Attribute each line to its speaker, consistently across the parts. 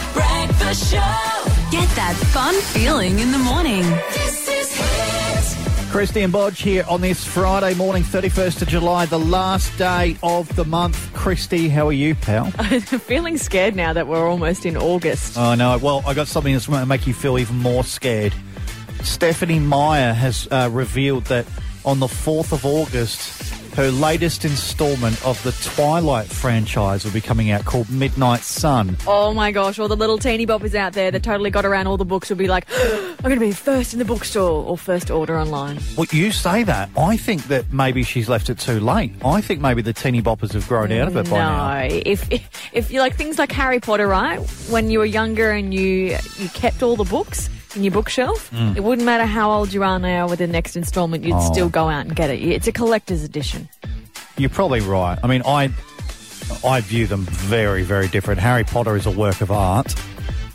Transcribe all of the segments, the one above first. Speaker 1: the show.
Speaker 2: Get that fun feeling in the morning.
Speaker 1: This is Hit.
Speaker 3: Christy and Bodge here on this Friday morning, 31st of July, the last day of the month. Christy, how are you, pal?
Speaker 4: Feeling scared now that we're almost in August.
Speaker 3: oh, no. Well, I got something that's going to make you feel even more scared. Stephanie Meyer has uh, revealed that on the 4th of August, her latest installment of the Twilight franchise will be coming out called Midnight Sun.
Speaker 4: Oh my gosh, all the little teeny boppers out there that totally got around all the books will be like, I'm going to be first in the bookstore or first to order online.
Speaker 3: Well, you say that. I think that maybe she's left it too late. I think maybe the teeny boppers have grown out of it by now.
Speaker 4: No, if if you like things like Harry Potter, right? When you were younger and you you kept all the books in your bookshelf, it wouldn't matter how old you are now. With the next installment, you'd
Speaker 3: Mm. Oh.
Speaker 4: still go out and get it. It's a collector's edition.
Speaker 3: You're probably right. I mean, I I view them very, very different. Harry Potter is a work of art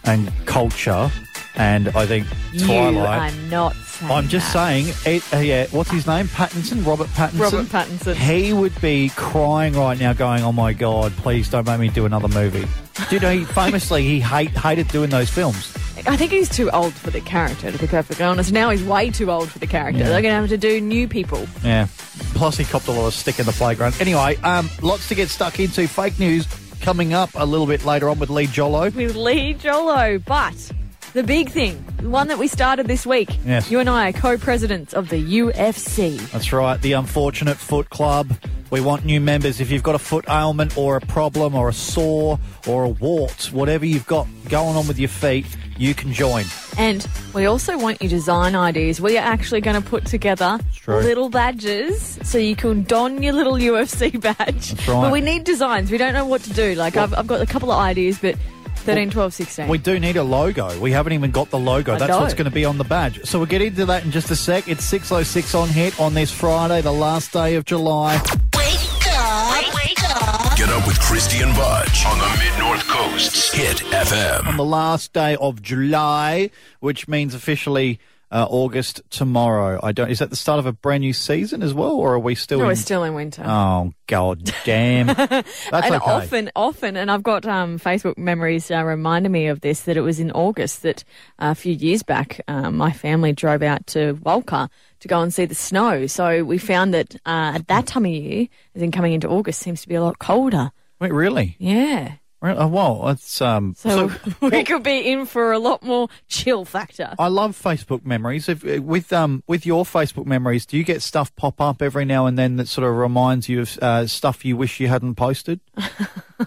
Speaker 3: and culture, and I think
Speaker 4: You,
Speaker 3: Twilight.
Speaker 4: I'm not. Saying
Speaker 3: I'm just
Speaker 4: that.
Speaker 3: saying, it, uh, yeah. What's his name? Pattinson, Robert Pattinson.
Speaker 4: Robert Pattinson.
Speaker 3: He would be crying right now, going, "Oh my god, please don't make me do another movie." Do you know? He famously he hate, hated doing those films.
Speaker 4: I think he's too old for the character, to be perfectly honest. Now he's way too old for the character.
Speaker 3: Yeah.
Speaker 4: They're going to have to do new people.
Speaker 3: Yeah. Plus, he copped a lot of stick in the playground. Anyway, um, lots to get stuck into. Fake news coming up a little bit later on with Lee Jollo.
Speaker 4: With Lee Jolo, but the big thing, the one that we started this week,
Speaker 3: Yes.
Speaker 4: you and I are co-presidents of the UFC.
Speaker 3: That's right, the Unfortunate Foot Club. We want new members. If you've got a foot ailment or a problem or a sore or a wart, whatever you've got going on with your feet, you can join.
Speaker 4: And we also want your design ideas. We are actually going to put together
Speaker 3: true.
Speaker 4: little badges so you can don your little UFC badge. That's
Speaker 3: right.
Speaker 4: But we need designs. We don't know what to do. Like, I've, I've got a couple of ideas, but 13, 12, 16.
Speaker 3: We do need a logo. We haven't even got the logo.
Speaker 4: I
Speaker 3: That's
Speaker 4: know.
Speaker 3: what's going to be on the badge. So we'll get into that in just a sec. It's 6.06 on hit on this Friday, the last day of July.
Speaker 1: Wake up. Wake up.
Speaker 5: Get up with Christian Budge on the Mid North Coast's Hit
Speaker 3: on
Speaker 5: FM.
Speaker 3: the last day of July, which means officially uh, August tomorrow. I don't. Is that the start of a brand new season as well, or are we still?
Speaker 4: no,
Speaker 3: in-
Speaker 4: we're still in winter.
Speaker 3: Oh god damn! That's
Speaker 4: and
Speaker 3: okay.
Speaker 4: often, often, and I've got um, Facebook memories uh, reminding me of this that it was in August that uh, a few years back uh, my family drove out to Walker to go and see the snow. So we found that uh, at that time of year, as in coming into August, seems to be a lot colder.
Speaker 3: Wait, really?
Speaker 4: Yeah.
Speaker 3: Re- oh, Well, that's um.
Speaker 4: So, we
Speaker 3: well,
Speaker 4: could be in for a lot more chill factor.
Speaker 3: I love Facebook memories. If, with um with your Facebook memories, do you get stuff pop up every now and then that sort of reminds you of uh, stuff you wish you hadn't posted?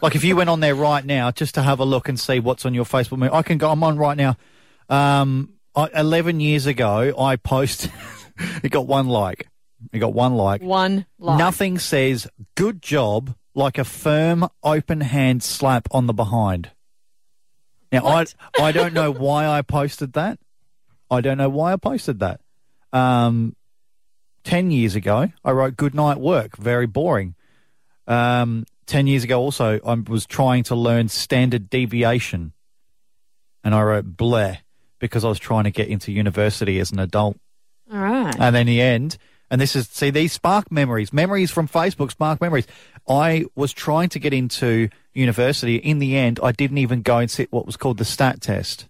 Speaker 3: like if you went on there right now just to have a look and see what's on your Facebook, mem- I can go. I'm on right now. Um, I, eleven years ago, I posted. it got one like. It got one like.
Speaker 4: One life.
Speaker 3: Nothing says "good job" like a firm, open hand slap on the behind. Now, I I don't know why I posted that. I don't know why I posted that. Um, ten years ago, I wrote "Good night work," very boring. Um, ten years ago, also, I was trying to learn standard deviation, and I wrote "bleh" because I was trying to get into university as an adult.
Speaker 4: All right.
Speaker 3: And then the end, and this is see these spark memories, memories from Facebook, spark memories. I was trying to get into university. In the end, I didn't even go and sit what was called the stat test,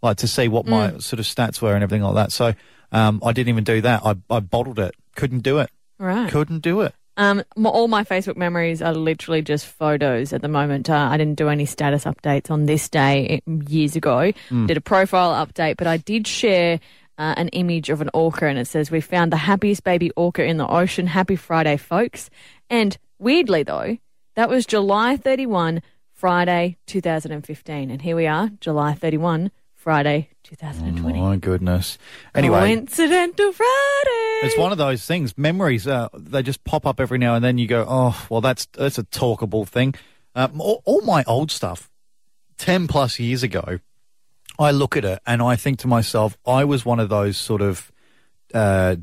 Speaker 3: like to see what my sort of stats were and everything like that. So um, I didn't even do that. I, I bottled it. Couldn't do it.
Speaker 4: All right.
Speaker 3: Couldn't do it.
Speaker 4: Um, m- all my Facebook memories are literally just photos at the moment. Uh, I didn't do any status updates on this day eh, years ago.
Speaker 3: Hmm.
Speaker 4: Did a profile update, but I did share uh, an image of an orca, and it says we found the happiest baby orca in the ocean. Happy Friday, folks! And weirdly though, that was July thirty one, Friday two thousand and fifteen, and here we are, July thirty one, Friday two thousand and twenty.
Speaker 3: My goodness. Anyway.
Speaker 4: Coincidental Friday.
Speaker 3: It's one of those things. Memories, uh, they just pop up every now and then. You go, oh, well, that's that's a talkable thing. Uh, all, all my old stuff, ten plus years ago, I look at it and I think to myself, I was one of those sort of uh,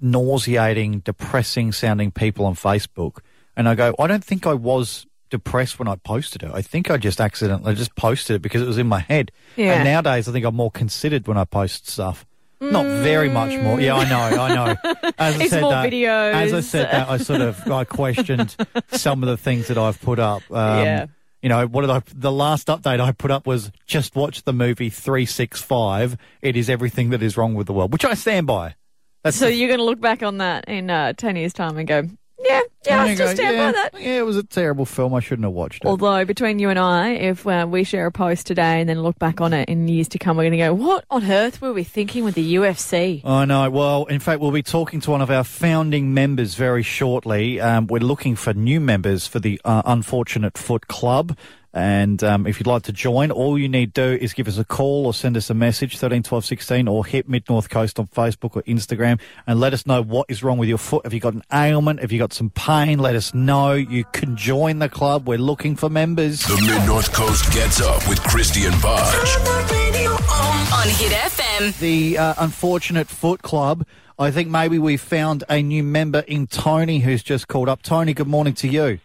Speaker 3: nauseating, depressing sounding people on Facebook. And I go, I don't think I was depressed when I posted it. I think I just accidentally just posted it because it was in my head.
Speaker 4: Yeah.
Speaker 3: And nowadays, I think I'm more considered when I post stuff. Not very much more. Yeah, I know, I know. As I
Speaker 4: It's
Speaker 3: said
Speaker 4: more
Speaker 3: that, As I
Speaker 4: videos.
Speaker 3: said that, I sort of I questioned some of the things that I've put up. Um,
Speaker 4: Yeah.
Speaker 3: You you know, what did I? The last update I put up was just watch the movie Three Six Five. It is everything that is wrong with the world, which I stand by. That's
Speaker 4: So
Speaker 3: the-
Speaker 4: you're going to look back on that in uh, 10 years' time and go, yeah, yeah, I
Speaker 3: There you
Speaker 4: still
Speaker 3: go.
Speaker 4: stand
Speaker 3: yeah,
Speaker 4: by that.
Speaker 3: Yeah, it was a terrible film. I shouldn't have watched it.
Speaker 4: Although, between you and I, if uh, we share a post today and then look back on it in years to come, we're going to go, what on earth were we thinking with the UFC?
Speaker 3: I know. Well, in fact, we'll be talking to one of our founding members very shortly. Um, we're looking for new members for the uh, Unfortunate Foot Club. And um, if you'd like to join, all you need to do is give us a call or send us a message, 13 12 16, or hit Mid North Coast on Facebook or Instagram and let us know what is wrong with your foot. Have you got an ailment? Have you got some pain? Let us know. You can join the club. We're looking for members.
Speaker 5: The Mid North Coast gets up with Christian Budge.
Speaker 1: On the radio, on
Speaker 2: On Hit FM.
Speaker 3: the uh, unfortunate Foot Club. I think maybe we found a new member in Tony who's just called up. Tony, good morning to you.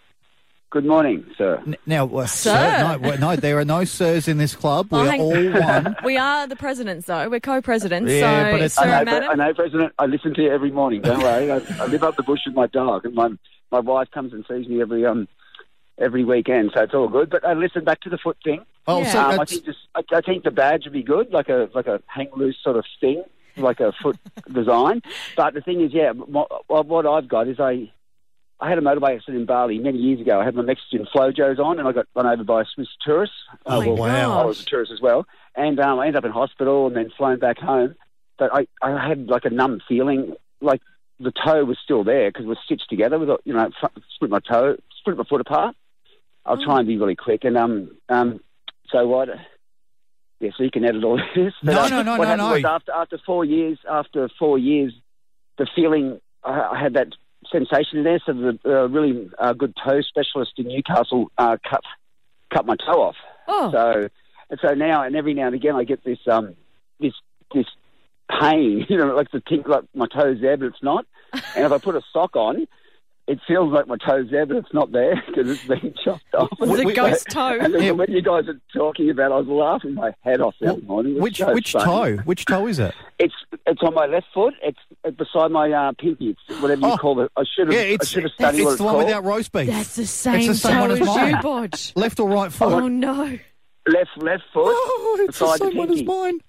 Speaker 6: Good morning, sir.
Speaker 3: N- Now, uh,
Speaker 4: Sir.
Speaker 3: no, well, no, there are no sirs in this club.
Speaker 4: Oh,
Speaker 3: We're
Speaker 4: hang-
Speaker 3: all one.
Speaker 4: We are the presidents, though. We're co-presidents.
Speaker 3: Yeah,
Speaker 4: so,
Speaker 3: but it's-
Speaker 4: sir
Speaker 6: I
Speaker 4: and
Speaker 6: know, I
Speaker 4: madam.
Speaker 6: know, President. I listen to you every morning. Don't worry. I, I live up the bush with my dog, and my my wife comes and sees me every um every weekend, so it's all good. But I listen back to the foot thing.
Speaker 3: Oh,
Speaker 4: Yeah.
Speaker 3: so
Speaker 6: Um, I
Speaker 3: that's-
Speaker 6: think just I, I think the badge would be good, like a like a hang loose sort of thing, like a foot design. But the thing is, yeah, my, well, what I've got is I I had a motorbike accident in Bali many years ago. I had my Mexican Flojos on, and I got run over by a Swiss tourist.
Speaker 4: Oh,
Speaker 6: Uh,
Speaker 4: my
Speaker 6: well,
Speaker 3: wow.
Speaker 6: I was a tourist as well, and um, I ended up in hospital and then flown back home. But I I had like a numb feeling, like the toe was still there because it was stitched together with a- you know fr- split my toe, split my foot apart. I'll try and be really quick, and um um so what? Yeah, so you can edit all this.
Speaker 3: No,
Speaker 6: uh,
Speaker 3: no, no,
Speaker 6: what
Speaker 3: no,
Speaker 6: happened
Speaker 3: no.
Speaker 6: Was after after four years, after four years, the feeling I, I had that sensation there. So the uh, really uh, good toe specialist in Newcastle uh, cut cut my toe off.
Speaker 4: Oh,
Speaker 6: So and so now and every now and again I get this um this this pain, you know, like the tink like my toes there but it's not. And if I put a sock on, it feels like my toes there but it's not there because it's been chopped off.
Speaker 4: it was a
Speaker 3: we-
Speaker 4: ghost toe.
Speaker 6: And then
Speaker 3: Yeah.
Speaker 6: when you guys are talking about, it, I was laughing my head off that morning. It was
Speaker 3: which
Speaker 6: so
Speaker 3: which
Speaker 6: funny.
Speaker 3: toe? Which toe is it?
Speaker 6: It's it's on my left foot. It's uh, beside my uh, pinky. It's whatever you
Speaker 3: Oh.
Speaker 6: call it. I should have.
Speaker 3: Yeah,
Speaker 6: I
Speaker 3: it's
Speaker 6: should have
Speaker 3: it's,
Speaker 6: studied what
Speaker 3: the
Speaker 6: it's
Speaker 3: one
Speaker 6: called.
Speaker 3: without roast beef.
Speaker 4: That's the same
Speaker 3: the same
Speaker 4: toe
Speaker 3: one as
Speaker 4: as you,
Speaker 3: mine.
Speaker 4: Bodge.
Speaker 3: Left or right foot?
Speaker 4: Oh, no.
Speaker 6: Left left foot.
Speaker 3: Oh, it's the
Speaker 6: beside the
Speaker 3: same one as
Speaker 6: pinky.
Speaker 3: mine.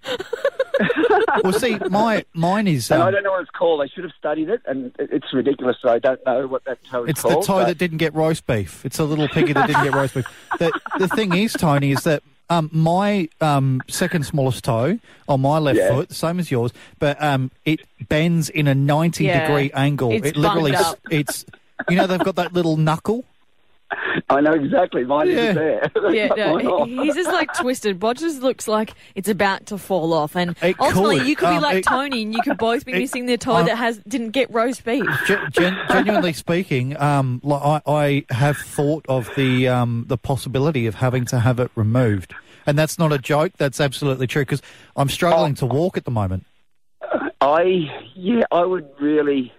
Speaker 3: well, see, my mine is
Speaker 6: And I
Speaker 3: um,
Speaker 6: don't know what it's called. I should have studied it, and it- it's ridiculous that I don't know what that toe is
Speaker 3: It's
Speaker 6: called.
Speaker 3: the toe
Speaker 6: but-
Speaker 3: that didn't get roast beef. It's a little piggy that didn't get roast beef. The, the thing is, Tony, is that um, my um, second smallest toe on my left
Speaker 6: Yeah.
Speaker 3: foot, same as yours, but um, it bends in a ninety
Speaker 4: Yeah.
Speaker 3: degree angle.
Speaker 4: It's
Speaker 3: it literally,
Speaker 4: bunged
Speaker 3: s-
Speaker 4: up.
Speaker 3: it's you know they've got that little knuckle.
Speaker 6: I know exactly. Mine
Speaker 3: Yeah.
Speaker 6: is there.
Speaker 4: Yeah,
Speaker 6: That's mine
Speaker 4: no,
Speaker 6: off.
Speaker 4: he- he's just like twisted. Bodge's looks like it's about to fall off, and
Speaker 3: It
Speaker 4: ultimately
Speaker 3: could.
Speaker 4: you could be
Speaker 3: Um,
Speaker 4: like
Speaker 3: it-
Speaker 4: Tony, and you could both be
Speaker 3: it-
Speaker 4: missing the toe
Speaker 3: um,
Speaker 4: that has didn't get roast beef.
Speaker 3: Gen- gen- genuinely speaking, um, li- I, I have thought of the um, the possibility of having to have it removed, and that's not a joke. That's absolutely true because I'm
Speaker 6: Oh.
Speaker 3: struggling to walk at the moment.
Speaker 6: I yeah, I would really.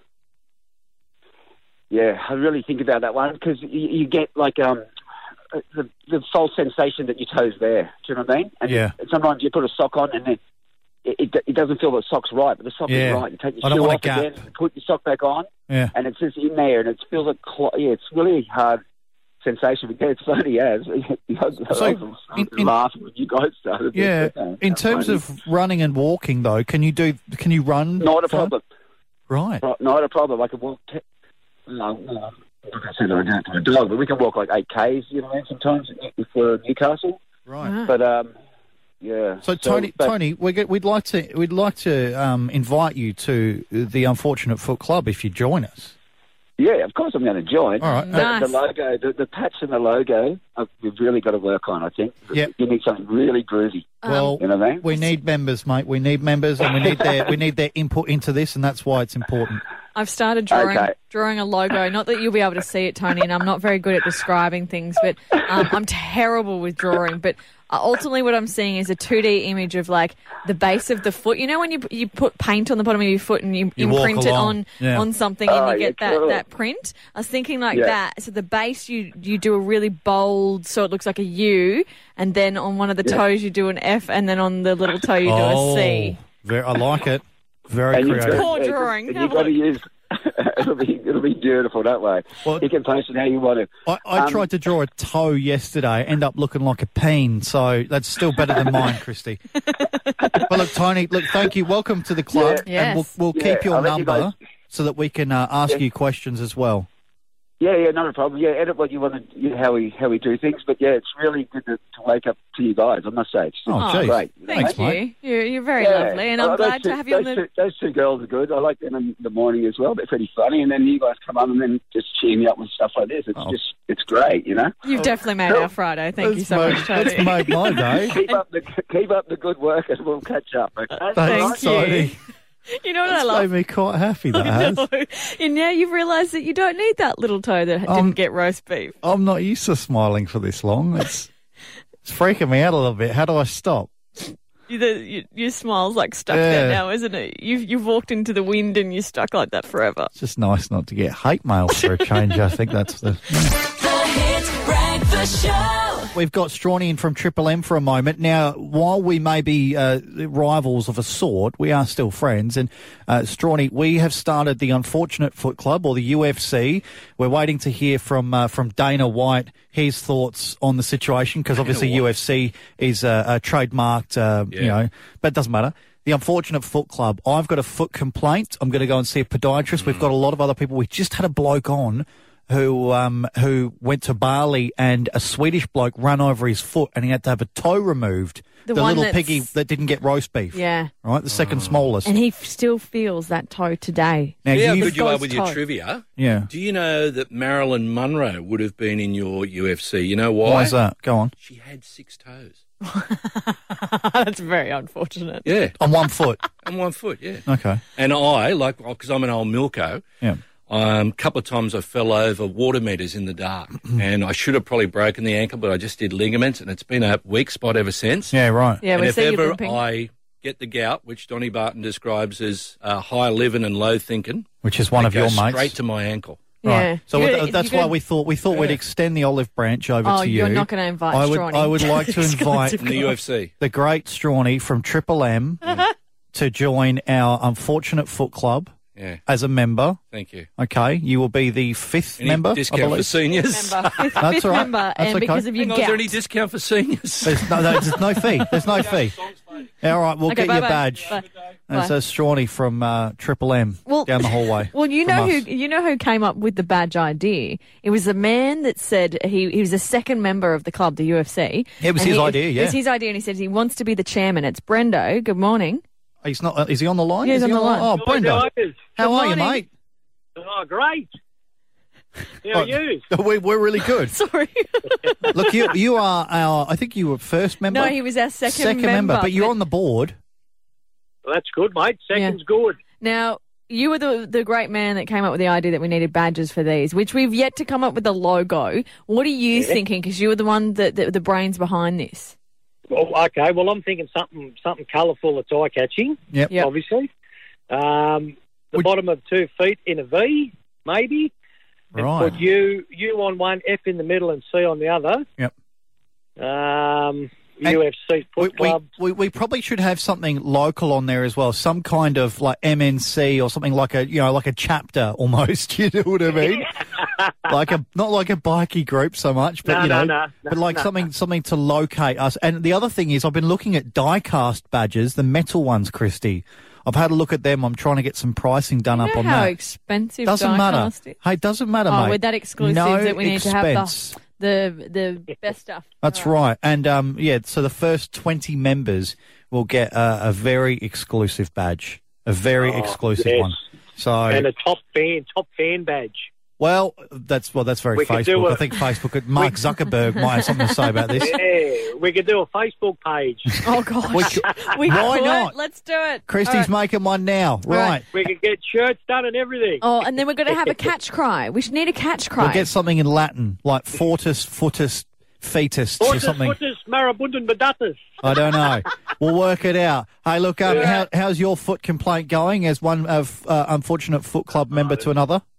Speaker 6: Yeah, I really think about that one because you, you get like um the the false sensation that your toes there. Do you know what I mean? And
Speaker 3: Yeah.
Speaker 6: Sometimes you put a sock on and then it, it, it doesn't feel the sock's right, but the sock
Speaker 3: Yeah.
Speaker 6: is right. You take your
Speaker 3: I don't
Speaker 6: shoe
Speaker 3: want a
Speaker 6: off
Speaker 3: gap.
Speaker 6: again, put your sock back on,
Speaker 3: Yeah.
Speaker 6: and it's just in there, and it feels like clo- yeah, it's really hard sensation. But yeah, it's funny. Yeah, it's, I was
Speaker 3: So, in- in-
Speaker 6: laughing when you guys started.
Speaker 3: Yeah.
Speaker 6: Okay,
Speaker 3: In
Speaker 6: that's
Speaker 3: terms
Speaker 6: funny.
Speaker 3: of running and walking, though, can you do? Can you run?
Speaker 6: not a
Speaker 3: Fran?
Speaker 6: problem.
Speaker 3: Right.
Speaker 6: Pro- not a problem. I can walk. T- no, no. Like I said, I don't have a dog, but we can walk like eight k's. You know, what I mean, sometimes if we're in Newcastle.
Speaker 3: Right.
Speaker 6: But um, yeah.
Speaker 3: So Tony,
Speaker 6: but-
Speaker 3: Tony, we're go- we'd like to we'd like to um, invite you to the Unfortunate Foot Club if you join us.
Speaker 6: yeah, of course I'm going to join.
Speaker 3: All right.
Speaker 6: The,
Speaker 4: Nice.
Speaker 6: the logo, the, the patch and the logo, uh, we've really got to work on. I think.
Speaker 3: Yep.
Speaker 6: You need something really groovy.
Speaker 4: Um,
Speaker 3: Well,
Speaker 6: You know what I mean?
Speaker 3: we need members, mate. We need members, and we need their we need their input into this, and that's why it's important.
Speaker 4: I've started drawing
Speaker 6: Okay.
Speaker 4: drawing a logo. Not that you'll be able to see it, Tony, and I'm not very good at describing things, but um, I'm terrible with drawing. But uh, ultimately, what I'm seeing is a 2D image of like the base of the foot. You know, when you you put paint on the bottom of your foot and you,
Speaker 3: You walk
Speaker 4: imprint it
Speaker 3: along.
Speaker 4: on
Speaker 3: Yeah.
Speaker 4: on something, and
Speaker 6: Oh,
Speaker 4: you
Speaker 6: yeah,
Speaker 4: get that
Speaker 6: cool.
Speaker 4: that print. I was thinking like
Speaker 6: Yeah.
Speaker 4: that. So the base, you you do a really bold, so it looks like a U, and then on one of the toes you do an F, and then on the little toe you do a C.
Speaker 3: Oh. ver- I like it. Very
Speaker 6: you've got-
Speaker 3: creative.
Speaker 4: Poor drawing.
Speaker 6: And
Speaker 4: Have
Speaker 6: you've
Speaker 4: a
Speaker 6: got to
Speaker 4: look.
Speaker 6: use. it'll be it'll be beautiful that way.
Speaker 3: Well-
Speaker 6: you can post it how you want to.
Speaker 3: I, I
Speaker 6: Um,
Speaker 3: tried to draw a toe yesterday, end up looking like a peen, so that's still better than mine, Christy. but look, Tony, look, thank you. Welcome to the club,
Speaker 4: Yeah.
Speaker 3: and we'll,
Speaker 4: Yes.
Speaker 3: we'll
Speaker 6: Yeah,
Speaker 3: keep your
Speaker 6: I'll let you
Speaker 3: number so that we can uh, ask
Speaker 6: Yeah.
Speaker 3: you questions as well.
Speaker 6: Yeah, yeah, not a problem. Yeah, edit what you want to, you know, how we how we do things. But yeah, it's really good to, to wake up to you guys. I must say, it's
Speaker 3: Oh,
Speaker 6: it's
Speaker 3: geez.
Speaker 6: great.
Speaker 4: Thank
Speaker 3: Thanks,
Speaker 4: you.
Speaker 3: mate.
Speaker 4: You're, you're very
Speaker 6: Yeah. Oh,
Speaker 4: lovely, and
Speaker 6: I
Speaker 4: I'm
Speaker 6: like
Speaker 4: glad
Speaker 6: those
Speaker 4: to
Speaker 6: two-
Speaker 4: have you on
Speaker 6: those
Speaker 4: the.
Speaker 6: Two, those two girls are good. I like them in the morning as well. They're pretty funny, and then you guys come on and then just cheer me up with stuff like this. It's
Speaker 3: Oh.
Speaker 6: just it's great, you know.
Speaker 4: You've definitely made our Friday. Thank you
Speaker 3: That's
Speaker 4: so
Speaker 3: made,
Speaker 4: much,
Speaker 3: that's
Speaker 4: Tony.
Speaker 3: made my day.
Speaker 6: Keep up the keep up the good work, and we'll catch up. Okay.
Speaker 3: Thanks,
Speaker 4: you.
Speaker 3: Tony.
Speaker 4: You know what I
Speaker 3: That's
Speaker 4: love?
Speaker 3: made me quite happy, that has.
Speaker 4: and now you've realised that you don't need that little toe that
Speaker 3: Um,
Speaker 4: didn't get roast beef.
Speaker 3: I'm not used to smiling for this long. It's, it's freaking me out a little bit. How do I stop?
Speaker 4: You, the, you, your smile's like stuck
Speaker 3: Yeah.
Speaker 4: there now, isn't it? You've you've walked into the wind and you're stuck like that forever.
Speaker 3: It's just nice not to get hate mail for a change. I think that's the.
Speaker 2: The Hit Breakfast Show.
Speaker 3: We've got Strawny in from Triple M for a moment. Now, while we may be uh, rivals of a sort, we are still friends. And uh, Strawny, we have started the Unfortunate Foot Club or the UFC. We're waiting to hear from uh, from Dana White his thoughts on the situation because obviously UFC is uh, a trademarked, uh, you know, but it doesn't matter. The Unfortunate Foot Club. I've got a foot complaint. I'm going to go and see a podiatrist. We've got a lot of other people. We just had a bloke on who um, who went to Bali and a Swedish bloke ran over his foot and he had to have a toe removed. The,
Speaker 4: The one
Speaker 3: little
Speaker 4: that's-
Speaker 3: piggy that didn't get roast beef.
Speaker 4: Yeah.
Speaker 3: Right? The second
Speaker 7: Mm.
Speaker 3: smallest.
Speaker 4: And he f- still feels that toe today.
Speaker 3: now
Speaker 7: Yeah, how
Speaker 3: you
Speaker 7: good you are
Speaker 4: Scott's
Speaker 7: with your
Speaker 4: tight.
Speaker 7: trivia.
Speaker 3: Yeah.
Speaker 7: Do you know that Marilyn Monroe would have been in your UFC? You know why?
Speaker 3: Why is that? Go on.
Speaker 7: She had six toes.
Speaker 4: That's very unfortunate.
Speaker 7: Yeah,
Speaker 3: On one foot.
Speaker 7: and one foot. Yeah,
Speaker 3: Okay.
Speaker 7: and I like because I'm an old milko.
Speaker 3: Yeah.
Speaker 7: Um, couple of times I fell over water meters in the dark, and I should have probably broken the ankle, but I just did ligaments, and it's been a weak spot ever since.
Speaker 3: Yeah, right.
Speaker 4: Yeah,
Speaker 7: and
Speaker 4: we
Speaker 7: if
Speaker 4: see you
Speaker 7: ever
Speaker 4: limping.
Speaker 7: I get the gout, which Donny Barton describes as uh, high living and low thinking,
Speaker 3: Which is one
Speaker 7: it
Speaker 3: of your
Speaker 7: goes
Speaker 3: mates.
Speaker 7: straight to my ankle.
Speaker 4: Yeah.
Speaker 3: So
Speaker 4: You're
Speaker 3: with-
Speaker 4: gonna-
Speaker 3: that's
Speaker 4: you're
Speaker 3: why
Speaker 4: gonna-
Speaker 3: we thought we thought we'd extend the olive branch over
Speaker 4: Oh,
Speaker 3: to you.
Speaker 4: you're not gonna invite
Speaker 3: I would,
Speaker 4: Strawny.
Speaker 3: I would like to
Speaker 4: It's gonna
Speaker 3: invite
Speaker 7: In the UFC,
Speaker 3: the great Strawny from Triple M to join our unfortunate foot club
Speaker 7: yeah,
Speaker 3: as a member.
Speaker 7: thank you.
Speaker 3: Okay, you will be the fifth
Speaker 7: Any
Speaker 3: member. I
Speaker 7: discount for
Speaker 3: believe.
Speaker 7: seniors?
Speaker 4: member, fifth,
Speaker 3: That's
Speaker 4: fifth
Speaker 3: all right.
Speaker 4: member,
Speaker 3: That's
Speaker 4: and
Speaker 3: okay.
Speaker 4: because of your
Speaker 7: Hang on, is there
Speaker 4: gout.
Speaker 7: any discount for seniors?
Speaker 3: There's no, there's no fee. There's no fee. All right, we'll get
Speaker 4: Okay,
Speaker 3: your
Speaker 4: bye-bye.
Speaker 3: badge.
Speaker 4: Bye.
Speaker 3: That's a Strawny from uh, Triple M
Speaker 4: Well-
Speaker 3: down the hallway.
Speaker 4: Well, you
Speaker 3: from
Speaker 4: know who
Speaker 3: us.
Speaker 4: you know who came up with the badge idea. It was the man that said he he was a second member of the club, the UFC.
Speaker 3: It was
Speaker 4: And
Speaker 3: his
Speaker 4: he-
Speaker 3: idea, yeah.
Speaker 4: it was his idea, and he said he wants to be the chairman. It's Brendo. Good morning.
Speaker 3: He's not. Uh, is he on the line?
Speaker 4: Yeah, he's
Speaker 3: Is he
Speaker 4: on the line.
Speaker 3: Oh, Brenda, how
Speaker 4: Good
Speaker 3: are you,
Speaker 4: morning.
Speaker 3: mate?
Speaker 8: Oh, great. How are you?
Speaker 3: We, Oh, we're really good.
Speaker 4: Sorry,
Speaker 3: Look, you you are our. I think you were first member.
Speaker 4: no, he was our second,
Speaker 3: second member, but you're on the board.
Speaker 8: Well, that's good, mate. Second's
Speaker 4: Yeah.
Speaker 8: good.
Speaker 4: now. You were the the great man that came up with the idea that we needed badges for these, which we've yet to come up with a logo. What are you thinking? Because you were the one that, that the brains behind this.
Speaker 8: Well, Oh, okay. Well, I'm thinking something something colourful that's eye catching.
Speaker 3: Yep.
Speaker 4: Yep.
Speaker 8: Obviously, um, the
Speaker 3: Would-
Speaker 8: bottom of two feet in a V, maybe. And
Speaker 3: Right.
Speaker 8: Put you you on one, F in the middle, and C on the other.
Speaker 3: Yep.
Speaker 8: Um,
Speaker 3: And
Speaker 8: UFC
Speaker 3: we,
Speaker 8: Foot
Speaker 3: we,
Speaker 8: Club.
Speaker 3: we, we probably should have something local on there as well, some kind of like MNC or something like a you know like a chapter almost. You know what I mean? like a not like a bikey group so much, but
Speaker 8: No,
Speaker 3: you know,
Speaker 8: no, no, no,
Speaker 3: but like
Speaker 8: no.
Speaker 3: something something to locate us. And the other thing is, I've been looking at diecast badges, the metal ones, Christy. I've had a look at them. I'm trying to get some pricing done
Speaker 4: you
Speaker 3: up
Speaker 4: know
Speaker 3: on
Speaker 4: how
Speaker 3: that.
Speaker 4: expensive
Speaker 3: doesn't matter.
Speaker 4: diecast is?
Speaker 3: Hey, doesn't matter,
Speaker 4: Oh,
Speaker 3: mate.
Speaker 4: with that exclusive
Speaker 3: no
Speaker 4: that we need
Speaker 3: expense.
Speaker 4: to have oh. the the the best stuff.
Speaker 3: That's right. And um, yeah, so the first 20 members will get a, a very exclusive badge, a very exclusive
Speaker 8: Oh, yes.
Speaker 3: one. So,
Speaker 8: and a top fan, top fan badge.
Speaker 3: well, that's well, that's very
Speaker 8: We could do
Speaker 3: Facebook. I
Speaker 8: a-
Speaker 3: think Facebook, Mark Zuckerberg might have something to say about this.
Speaker 8: Yeah, we could do a Facebook page.
Speaker 4: Oh gosh, we
Speaker 3: Why
Speaker 4: could.
Speaker 3: not?
Speaker 4: Let's do it.
Speaker 3: Christy's
Speaker 4: All right.
Speaker 3: making one now, right?
Speaker 4: right.
Speaker 8: we could get shirts done and everything.
Speaker 4: Oh, and then we're going to have a catch cry. We should need a catch cry.
Speaker 3: We'll get something in Latin, like fortis, footus, fetus, or
Speaker 8: Horses,
Speaker 3: something.
Speaker 8: footers, marabundan, badatas.
Speaker 3: I don't know. We'll work it out. Hey, look, um, how, how's your foot complaint going as one of uh, unfortunate foot club member to another?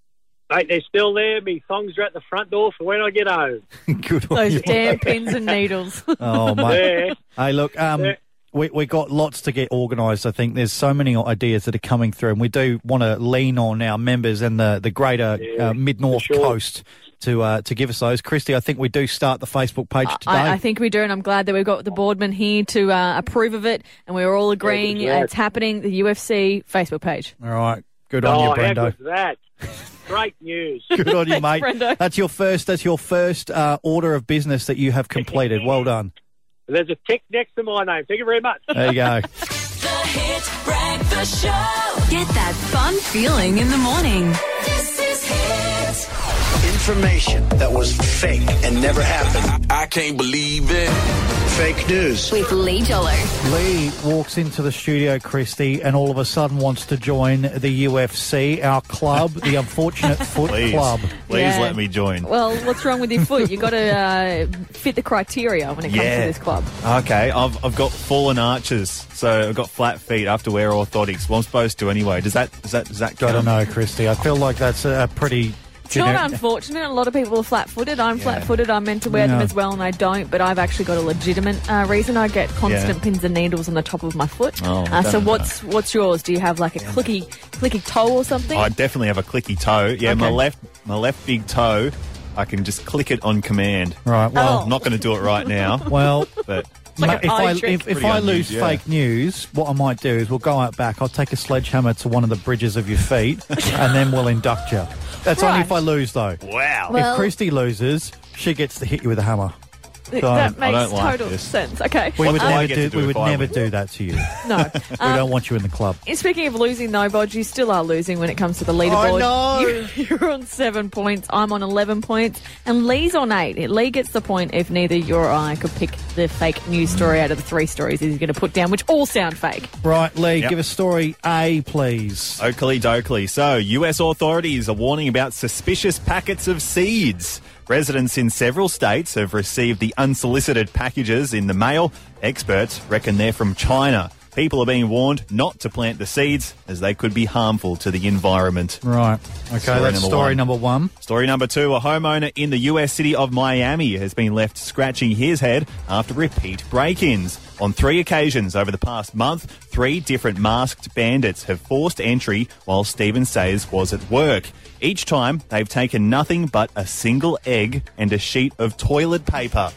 Speaker 8: Mate, they're still there. Me thongs are at the front door for when I get home.
Speaker 3: Good on
Speaker 4: Those
Speaker 3: you.
Speaker 4: damn pins and needles.
Speaker 3: Oh, mate.
Speaker 8: Yeah.
Speaker 3: Hey, look, um,
Speaker 8: Yeah.
Speaker 3: we we got lots to get organised. I think there's so many ideas that are coming through, and we do want to lean on our members and the the greater uh, mid north coast to uh, to give us those. Christy, I think we do start the Facebook page today.
Speaker 4: I, I think we do, and I'm glad that we've got the boardman here to uh, approve of it, and we're all agreeing
Speaker 8: good work.
Speaker 4: it's happening. The UFC Facebook page.
Speaker 3: All right, good on
Speaker 8: Oh,
Speaker 3: you,
Speaker 8: how
Speaker 3: Brendo.
Speaker 8: good's that? Great news.
Speaker 3: Good on you, mate.
Speaker 4: Brendo.
Speaker 3: That's your first. That's your first uh, order of business that you have completed. Well done.
Speaker 8: There's a tick next to my name. Thank you very much.
Speaker 3: There you go.
Speaker 2: The Hit Breakfast Show.
Speaker 9: Get that fun feeling in the morning.
Speaker 2: This is Hit.
Speaker 10: Information that was fake and never happened.
Speaker 5: I can't believe it.
Speaker 10: Fake news.
Speaker 9: With Lee Jolo.
Speaker 3: Lee walks into the studio, Christy, and all of a sudden wants to join the UFC, our club, the unfortunate foot
Speaker 11: Please.
Speaker 3: club.
Speaker 11: Please
Speaker 4: Yeah.
Speaker 11: let me join.
Speaker 4: Well, what's wrong with your foot? You've got to uh, fit the criteria when it comes
Speaker 11: Yeah.
Speaker 4: to this club.
Speaker 11: Okay, I've, I've got fallen arches, so I've got flat feet. I have to wear orthotics. Well, I'm supposed to anyway. Does that does that does that
Speaker 3: I don't
Speaker 11: count?
Speaker 3: know, Christy. I feel like that's a, a pretty.
Speaker 4: It's not
Speaker 3: generic-
Speaker 4: unfortunate. A lot of people are flat-footed. I'm flat-footed. I'm meant to wear them
Speaker 3: Yeah.
Speaker 4: as well, and I don't. But I've actually got a legitimate uh, reason. I get constant
Speaker 11: Yeah.
Speaker 4: pins and needles on the top of my foot.
Speaker 11: Oh,
Speaker 4: uh, so
Speaker 11: don't-
Speaker 4: what's what's yours? Do you have like a clicky clicky toe or something?
Speaker 11: I definitely have a clicky toe. Yeah, my
Speaker 4: Okay.
Speaker 11: left my left big toe. I can just click it on command.
Speaker 3: Right. Well.
Speaker 11: I'm not going to do it right now,
Speaker 3: Well.
Speaker 11: but
Speaker 3: ma-
Speaker 4: an
Speaker 3: if
Speaker 4: eye
Speaker 3: I
Speaker 4: trick.
Speaker 3: if, if
Speaker 11: Pretty
Speaker 3: I
Speaker 11: unusual,
Speaker 3: lose
Speaker 11: yeah.
Speaker 3: fake news, what I might do is we'll go out back. I'll take a sledgehammer to one of the bridges of your feet, and then we'll induct you. That's only if I
Speaker 4: Right.
Speaker 3: lose, though.
Speaker 11: wow.
Speaker 4: Well-
Speaker 3: if Christy loses, she gets to hit you with a hammer.
Speaker 4: Th-
Speaker 3: So,
Speaker 4: that
Speaker 11: I
Speaker 4: makes
Speaker 11: don't like
Speaker 4: total
Speaker 11: this.
Speaker 4: sense. Okay.
Speaker 3: We
Speaker 11: What
Speaker 3: would
Speaker 11: do I
Speaker 3: never
Speaker 11: get to
Speaker 3: do.
Speaker 11: do
Speaker 3: we
Speaker 11: if
Speaker 3: would
Speaker 11: I
Speaker 3: never
Speaker 11: win?
Speaker 3: do that to you.
Speaker 4: no. Um,
Speaker 3: we don't want you in the club.
Speaker 4: And Eh, Speaking of losing, though, Bodge, you still are losing when it comes to the leaderboard.
Speaker 3: Oh, no.
Speaker 4: You- You're on seven points. I'm on 11 points. And Lee's on eight. Lee gets the point if neither you or I could pick the fake news story out of the three stories he's going to put down, which all sound fake.
Speaker 3: Right, Lee,
Speaker 11: Yep.
Speaker 3: give us story A, please.
Speaker 11: Oakley Dokley. So, US authorities are warning about suspicious packets of seeds. Residents in several states have received the unsolicited packages in the mail. Experts reckon they're from China. People are being warned not to plant the seeds as they could be harmful to the environment.
Speaker 3: Right. Okay,
Speaker 11: Story
Speaker 3: that's
Speaker 11: number
Speaker 3: story
Speaker 11: one.
Speaker 3: number one.
Speaker 11: Story number two a homeowner in the US city of Miami has been left scratching his head after repeat break ins. On three occasions over the past month, three different masked bandits have forced entry while Stephen Sayers was at work. Each time, they've taken nothing but a single egg and a sheet of toilet paper.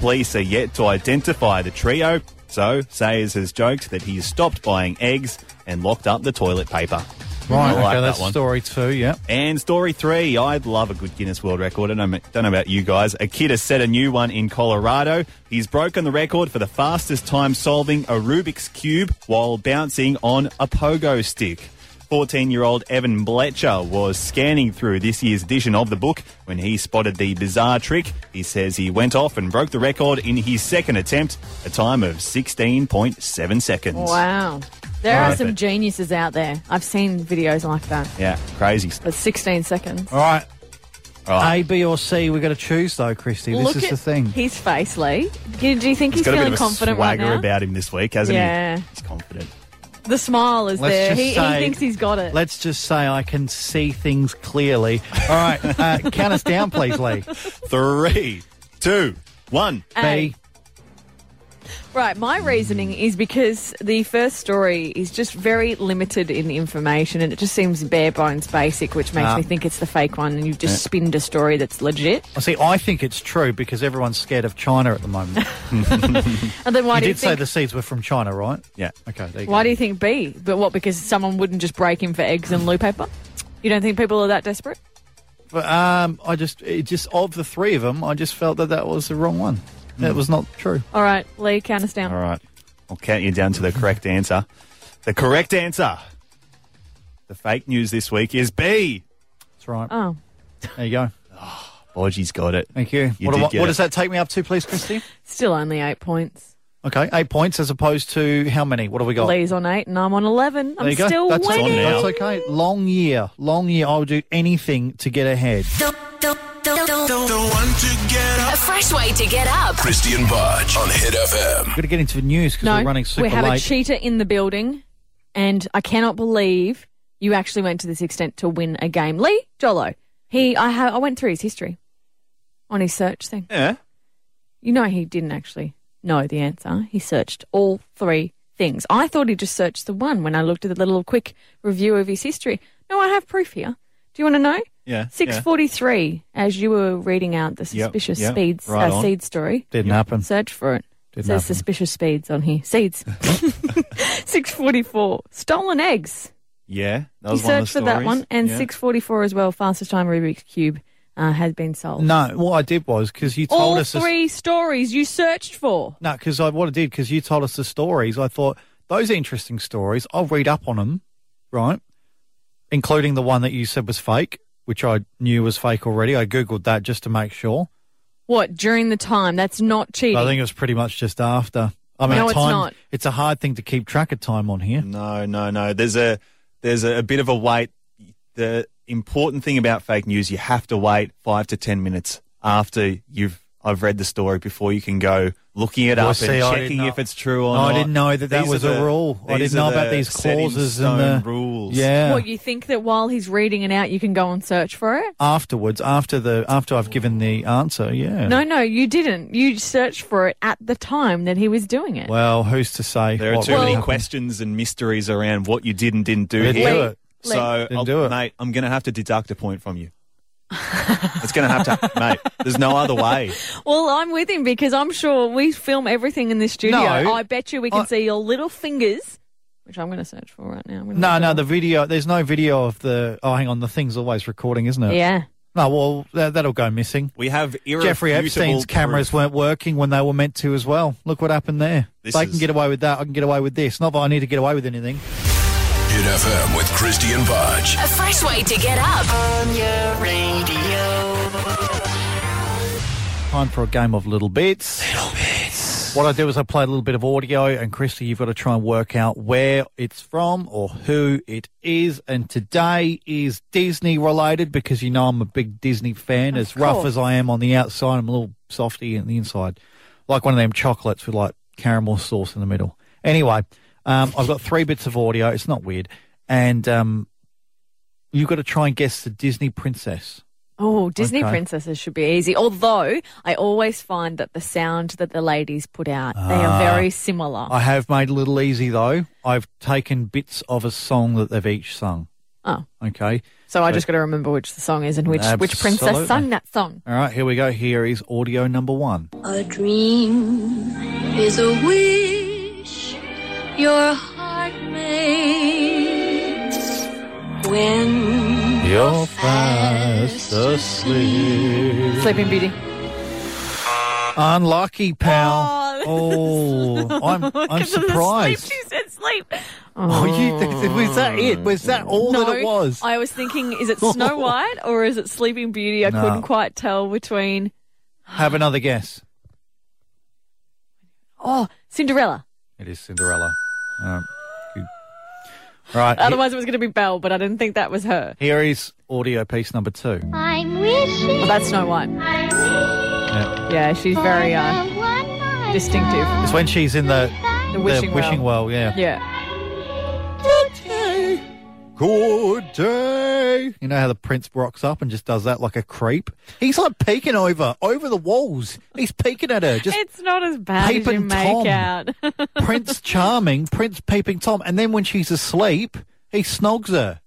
Speaker 11: Police are yet to identify the trio, so Sayers has joked that he stopped buying eggs and locked up the toilet paper. I
Speaker 3: Right,
Speaker 11: like
Speaker 3: okay,
Speaker 11: that
Speaker 3: that's
Speaker 11: one.
Speaker 3: story two, yeah.
Speaker 11: And story three, I'd love a good Guinness World Record. I don't know, don't know about you guys. A kid has set a new one in Colorado. He's broken the record for the fastest time solving a Rubik's Cube while bouncing on a pogo stick. 14 year old Evan Bletcher was scanning through this year's edition of the book when he spotted the bizarre trick. He says he went off and broke the record in his second attempt, a time of 16.7 seconds.
Speaker 4: Wow. There are
Speaker 11: Perfect.
Speaker 4: some geniuses out there. I've seen videos like that.
Speaker 11: Yeah, crazy stuff.
Speaker 4: But 16 seconds.
Speaker 3: All right.
Speaker 11: Right.
Speaker 3: A, B, or C, we've got to choose, though, Christy.
Speaker 4: Look
Speaker 3: Oh, this is
Speaker 4: at
Speaker 3: the thing.
Speaker 4: his face, Lee. Do do you think he's,
Speaker 11: He's got a bit
Speaker 4: feeling
Speaker 11: of a
Speaker 4: confident right
Speaker 11: swagger
Speaker 4: now?
Speaker 11: about him this week, hasn't
Speaker 4: Yeah.
Speaker 11: he? He's confident.
Speaker 4: the smile is
Speaker 3: Let's
Speaker 4: there.
Speaker 3: just
Speaker 4: He, he
Speaker 3: say-
Speaker 4: thinks he's got it.
Speaker 3: Let's just say I can see things clearly. All right, uh, count us down, please, Lee.
Speaker 11: Three, two, one.
Speaker 4: Hey.
Speaker 3: B.
Speaker 4: Right, my reasoning is because the first story is just very limited in information and it just seems bare bones basic, which makes
Speaker 3: Ah.
Speaker 4: me think it's the fake one and you've just spinned a story that's legit.
Speaker 3: I see, I think it's true because everyone's scared of China at the moment.
Speaker 4: And then why
Speaker 3: you
Speaker 4: do you
Speaker 3: did say
Speaker 4: think
Speaker 3: the seeds were from China, right?
Speaker 11: Yeah.
Speaker 3: Okay, there you
Speaker 4: why
Speaker 3: go.
Speaker 4: do you think B? But what, because someone wouldn't just break in for eggs and loo paper? You don't think people are that desperate?
Speaker 3: But, um, I just, it just, of the three of them, I just felt that that was the wrong one. That was not true.
Speaker 4: All right, Lee, count us down.
Speaker 11: All right. I'll count you down to the correct answer. The correct answer. The fake news this week is B.
Speaker 3: That's right.
Speaker 4: Oh.
Speaker 3: There you go.
Speaker 11: Bodgie's got it.
Speaker 3: Thank you.
Speaker 11: You
Speaker 3: what
Speaker 11: did
Speaker 3: what,
Speaker 11: get
Speaker 3: what
Speaker 11: it.
Speaker 3: does that take me up to, please, Christy?
Speaker 4: Still only eight points.
Speaker 3: Okay, eight points as opposed to how many? What have we got?
Speaker 4: Lee's on eight and I'm on 11.
Speaker 3: There
Speaker 4: I'm
Speaker 3: you go.
Speaker 4: still
Speaker 3: That's,
Speaker 4: winning.
Speaker 11: on now.
Speaker 3: that's okay. Long year, long year. I'll do anything to get ahead.
Speaker 5: The one to get up.
Speaker 9: A fresh way to get up.
Speaker 5: Christian Budge on Hit FM.
Speaker 3: We're going to get into the news because
Speaker 4: No,
Speaker 3: we're running super
Speaker 4: we have
Speaker 3: late.
Speaker 4: a cheater in the building, and I cannot believe you actually went to this extent to win a game. Lee Jolo, he, I, ha- I went through his history on his search thing.
Speaker 11: Yeah.
Speaker 4: You know, he didn't actually know the answer. He searched all three things. I thought he just searched the one when I looked at the little quick review of his history. No, I have proof here. Do you want to know?
Speaker 11: Yeah,
Speaker 4: Six forty-three. As you were reading out the
Speaker 3: Yep,
Speaker 4: suspicious
Speaker 3: yep,
Speaker 4: speeds
Speaker 3: right
Speaker 4: uh,
Speaker 3: on.
Speaker 4: seed story,
Speaker 3: Didn't happen.
Speaker 4: Search for it.
Speaker 3: Didn't
Speaker 4: It says
Speaker 3: happen.
Speaker 4: suspicious speeds on here. Seeds. Six forty-four. Stolen eggs.
Speaker 11: Yeah, that
Speaker 4: He
Speaker 11: was one of the
Speaker 4: searched for that
Speaker 11: stories.
Speaker 4: one, and
Speaker 11: Yeah.
Speaker 4: six forty-four as well. Fastest time Rubik's cube uh, has been solved.
Speaker 3: No, what I did was because you told
Speaker 4: All
Speaker 3: us. this-
Speaker 4: three stories you searched for.
Speaker 3: No, because I what I did because you told us the stories. I thought those are interesting stories. I'll read up on them, right? Including the one that you said was fake, which I knew was fake already. I googled that just to make sure.
Speaker 4: What during the time? That's not cheating.
Speaker 3: But I think it was pretty much just after. I mean,
Speaker 4: No, it's
Speaker 3: time.
Speaker 4: not.
Speaker 3: a hard thing to keep track of time on here.
Speaker 11: No, no, no. There's a there's a, a bit of a wait. The important thing about fake news, you have to wait five to ten minutes after you've I've read the story before you can go looking it
Speaker 3: Well,
Speaker 11: up
Speaker 3: see,
Speaker 11: and
Speaker 3: I
Speaker 11: checking
Speaker 3: didn't know-
Speaker 11: if it's true or
Speaker 3: No,
Speaker 11: not.
Speaker 3: I didn't know that that
Speaker 11: These
Speaker 3: was
Speaker 11: are
Speaker 3: a rule. I
Speaker 11: these
Speaker 3: didn't know
Speaker 11: are
Speaker 3: about
Speaker 11: the
Speaker 3: these
Speaker 11: set in
Speaker 3: clauses and
Speaker 11: stone
Speaker 3: the-
Speaker 11: rules.
Speaker 3: Yeah.
Speaker 4: What you think that while he's reading it out, you can go and search for it?
Speaker 3: Afterwards, after the after I've given the answer, yeah.
Speaker 4: No, no, you didn't. You searched for it at the time that he was doing it.
Speaker 3: Well, who's to say?
Speaker 11: There are
Speaker 3: what
Speaker 11: too
Speaker 3: would
Speaker 11: many
Speaker 3: happen?
Speaker 11: questions and mysteries around what you did and didn't do
Speaker 3: Didn't
Speaker 11: here.
Speaker 3: do it.
Speaker 11: So,
Speaker 3: Didn't
Speaker 11: I'll-
Speaker 3: do it.
Speaker 11: mate, I'm going to have to deduct a point from you. it's going to have to, mate. There's no other way.
Speaker 4: Well, I'm with him because I'm sure we film everything in this studio.
Speaker 3: No.
Speaker 4: I bet you we can
Speaker 3: I-
Speaker 4: see your little fingers, which I'm going to search for right now. I'm gonna
Speaker 3: No,
Speaker 4: look
Speaker 3: no,
Speaker 4: it
Speaker 3: the
Speaker 4: up.
Speaker 3: video. There's no video of the. Oh, hang on. The thing's always recording, isn't it?
Speaker 4: Yeah.
Speaker 3: No, well, that, that'll go missing.
Speaker 11: We have irrefutable
Speaker 3: Jeffrey Epstein's cameras
Speaker 11: proof.
Speaker 3: weren't working when they were meant to as well. Look what happened there.
Speaker 11: This
Speaker 3: they
Speaker 11: is-
Speaker 3: can get away with that. I can get away with this. Not that I need to get away with anything.
Speaker 5: Hit FM with Christy and Budge.
Speaker 9: A fresh way to get up.
Speaker 2: On your radio.
Speaker 3: Time for a game of little bits. Little bits. What I do is I play a little bit of audio, and Christy, you've got to try and work out where it's from or who it is. And today is Disney related because you know I'm a big Disney fan. as rough
Speaker 4: course.
Speaker 3: as I am on the outside, I'm a little softy on the inside, like one of them chocolates with like caramel sauce in the middle. Anyway, um, I've got three bits of audio. It's not weird, and um, you've got to try and guess the Disney princess.
Speaker 4: Oh, Disney
Speaker 3: Okay.
Speaker 4: princesses should be easy. Although I always find that the sound that the ladies put out, they are very similar.
Speaker 3: Ah. I have made a little easy though. I've taken bits of a song that they've each sung.
Speaker 4: oh,
Speaker 3: Okay.
Speaker 4: so I just got to remember which the song is and which which
Speaker 3: Absolutely.
Speaker 4: princess sung that song.
Speaker 3: All right, here we go. Here is audio number one.
Speaker 2: A dream is a wish your heart makes when
Speaker 3: You're fast asleep.
Speaker 4: Sleeping Beauty.
Speaker 3: Unlucky, pal.
Speaker 4: Oh,
Speaker 3: Oh, I'm I'm
Speaker 4: Because of the
Speaker 3: surprised.
Speaker 4: Sleep, she said sleep.
Speaker 3: Oh, you, was that it? Was that all
Speaker 4: no,
Speaker 3: that it was?
Speaker 4: I was thinking, is it Snow White or is it Sleeping Beauty? I
Speaker 3: No.
Speaker 4: couldn't quite tell between.
Speaker 3: Have another guess.
Speaker 4: Oh, Cinderella.
Speaker 3: It is Cinderella. All right. Good. All right. he-
Speaker 4: Otherwise, it was going to be Belle, but I didn't think that was her.
Speaker 3: here is audio piece number two.
Speaker 2: I'm wishing
Speaker 4: Well, that's Snow White.
Speaker 3: Yeah.
Speaker 4: Yeah, she's very uh, distinctive.
Speaker 3: It's when she's in the
Speaker 4: The wishing,
Speaker 3: the wishing
Speaker 4: well.
Speaker 3: well. Yeah.
Speaker 4: Yeah.
Speaker 3: Good day. You know how the prince rocks up and just does that like a creep? He's like peeking over, over the walls. He's peeking at her. Just
Speaker 4: It's not as bad
Speaker 3: Peep
Speaker 4: as you
Speaker 3: and
Speaker 4: make
Speaker 3: Tom.
Speaker 4: out.
Speaker 3: Prince Charming, Prince Peeping Tom. And then when she's asleep, he snogs her.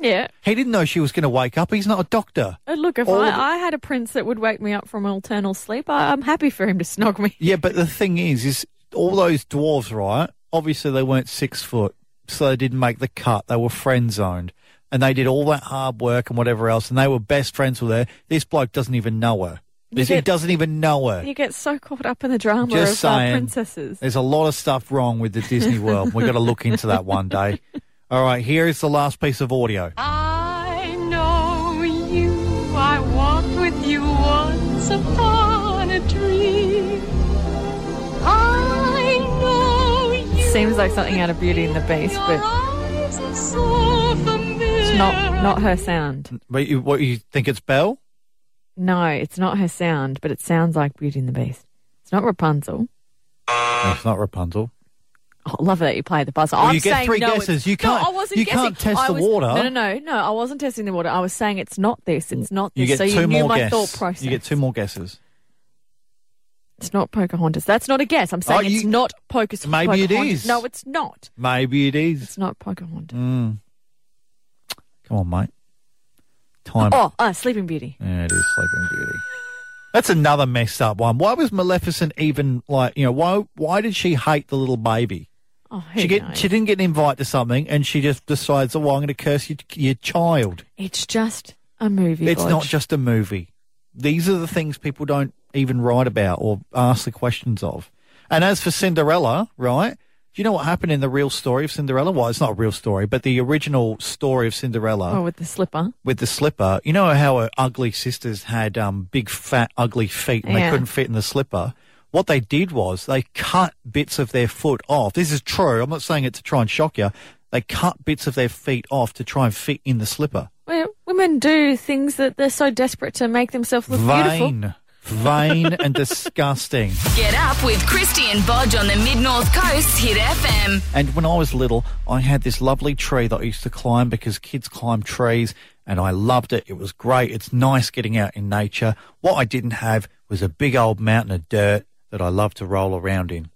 Speaker 4: yeah.
Speaker 3: He didn't know she was going to wake up. He's not a doctor.
Speaker 4: Uh, Look, if
Speaker 3: All
Speaker 4: I,
Speaker 3: the-
Speaker 4: I had a prince that would wake me up from eternal sleep, I, I'm happy for him to snog me.
Speaker 3: Yeah, but the thing is, is all those dwarves, right? Obviously, they weren't six foot, so they didn't make the cut. They were friend zoned. And they did all that hard work and whatever else, and they were best friends with her. This bloke doesn't even know her.
Speaker 4: You
Speaker 3: he
Speaker 4: get-
Speaker 3: doesn't even know her.
Speaker 4: You get so caught up in the drama
Speaker 3: Just
Speaker 4: of uh,
Speaker 3: saying.
Speaker 4: princesses.
Speaker 3: There's a lot of stuff wrong with the Disney World. We've got to look into that one day. All right, here is the last piece of audio.
Speaker 4: Um,
Speaker 2: I know you. I walked with you once upon a dream. I know you.
Speaker 4: Seems like something out of Beauty and the Beast,
Speaker 2: Your
Speaker 4: but
Speaker 2: eyes are so familiar.
Speaker 4: it's not not her sound.
Speaker 3: But you, what you think it's Belle?
Speaker 4: No, it's not her sound, but it sounds like Beauty and the Beast. It's not Rapunzel.
Speaker 3: No, it's not Rapunzel.
Speaker 4: Oh, I love that you play the buzzer. I'm
Speaker 3: you get
Speaker 4: saying
Speaker 3: three
Speaker 4: no,
Speaker 3: guesses.
Speaker 4: it's-
Speaker 3: You can't-
Speaker 4: No, I wasn't
Speaker 3: you
Speaker 4: guessing.
Speaker 3: can't test
Speaker 4: I
Speaker 3: the
Speaker 4: was-
Speaker 3: water.
Speaker 4: No, no, no, no. I wasn't testing the water. I was saying it's not this. It's not this.
Speaker 3: You get
Speaker 4: so
Speaker 3: two
Speaker 4: you knew
Speaker 3: more
Speaker 4: my
Speaker 3: guesses.
Speaker 4: thought process.
Speaker 3: You get two more guesses.
Speaker 4: It's not Pocahontas. That's not a guess. I'm saying
Speaker 3: Oh,
Speaker 4: it's
Speaker 3: you-
Speaker 4: not Pocahontas.
Speaker 3: Maybe it
Speaker 4: Pocahontas.
Speaker 3: is.
Speaker 4: No, it's not.
Speaker 3: Maybe it is.
Speaker 4: It's not Pocahontas.
Speaker 3: Mm. Come on, mate. Time.
Speaker 4: Oh, uh, Sleeping Beauty.
Speaker 3: Yeah, it is Sleeping Beauty. That's another messed up one. Why was Maleficent even like you know why why did she hate the little baby?
Speaker 4: Oh, who
Speaker 3: She get
Speaker 4: knows?
Speaker 3: she didn't get an invite to something, and she just decides, oh, well, I'm going to curse your, your child.
Speaker 4: It's just a movie.
Speaker 3: It's not
Speaker 4: Bodge.
Speaker 3: just a movie. These are the things people don't even write about or ask the questions of. And as for Cinderella, right? Do you know what happened in the real story of Cinderella? Well, it's not a real story, but the original story of Cinderella
Speaker 4: Oh, with the slipper.
Speaker 3: with the slipper. You know how her ugly sisters had um, big, fat, ugly feet and they
Speaker 4: Yeah.
Speaker 3: couldn't fit in the slipper? What they did was they cut bits of their foot off. This is true. I'm not saying it to try and shock you. They cut bits of their feet off to try and fit in the slipper.
Speaker 4: Well, women do things that they're so desperate to make themselves look beautiful.
Speaker 3: Vain. Vain and disgusting.
Speaker 9: Get up with Christy and Bodge on the Mid North Coast Hit FM.
Speaker 3: And when I was little, I had this lovely tree that I used to climb because kids climb trees and I loved it. It was great. It's nice getting out in nature. What I didn't have was a big old mountain of dirt that I loved to roll around in.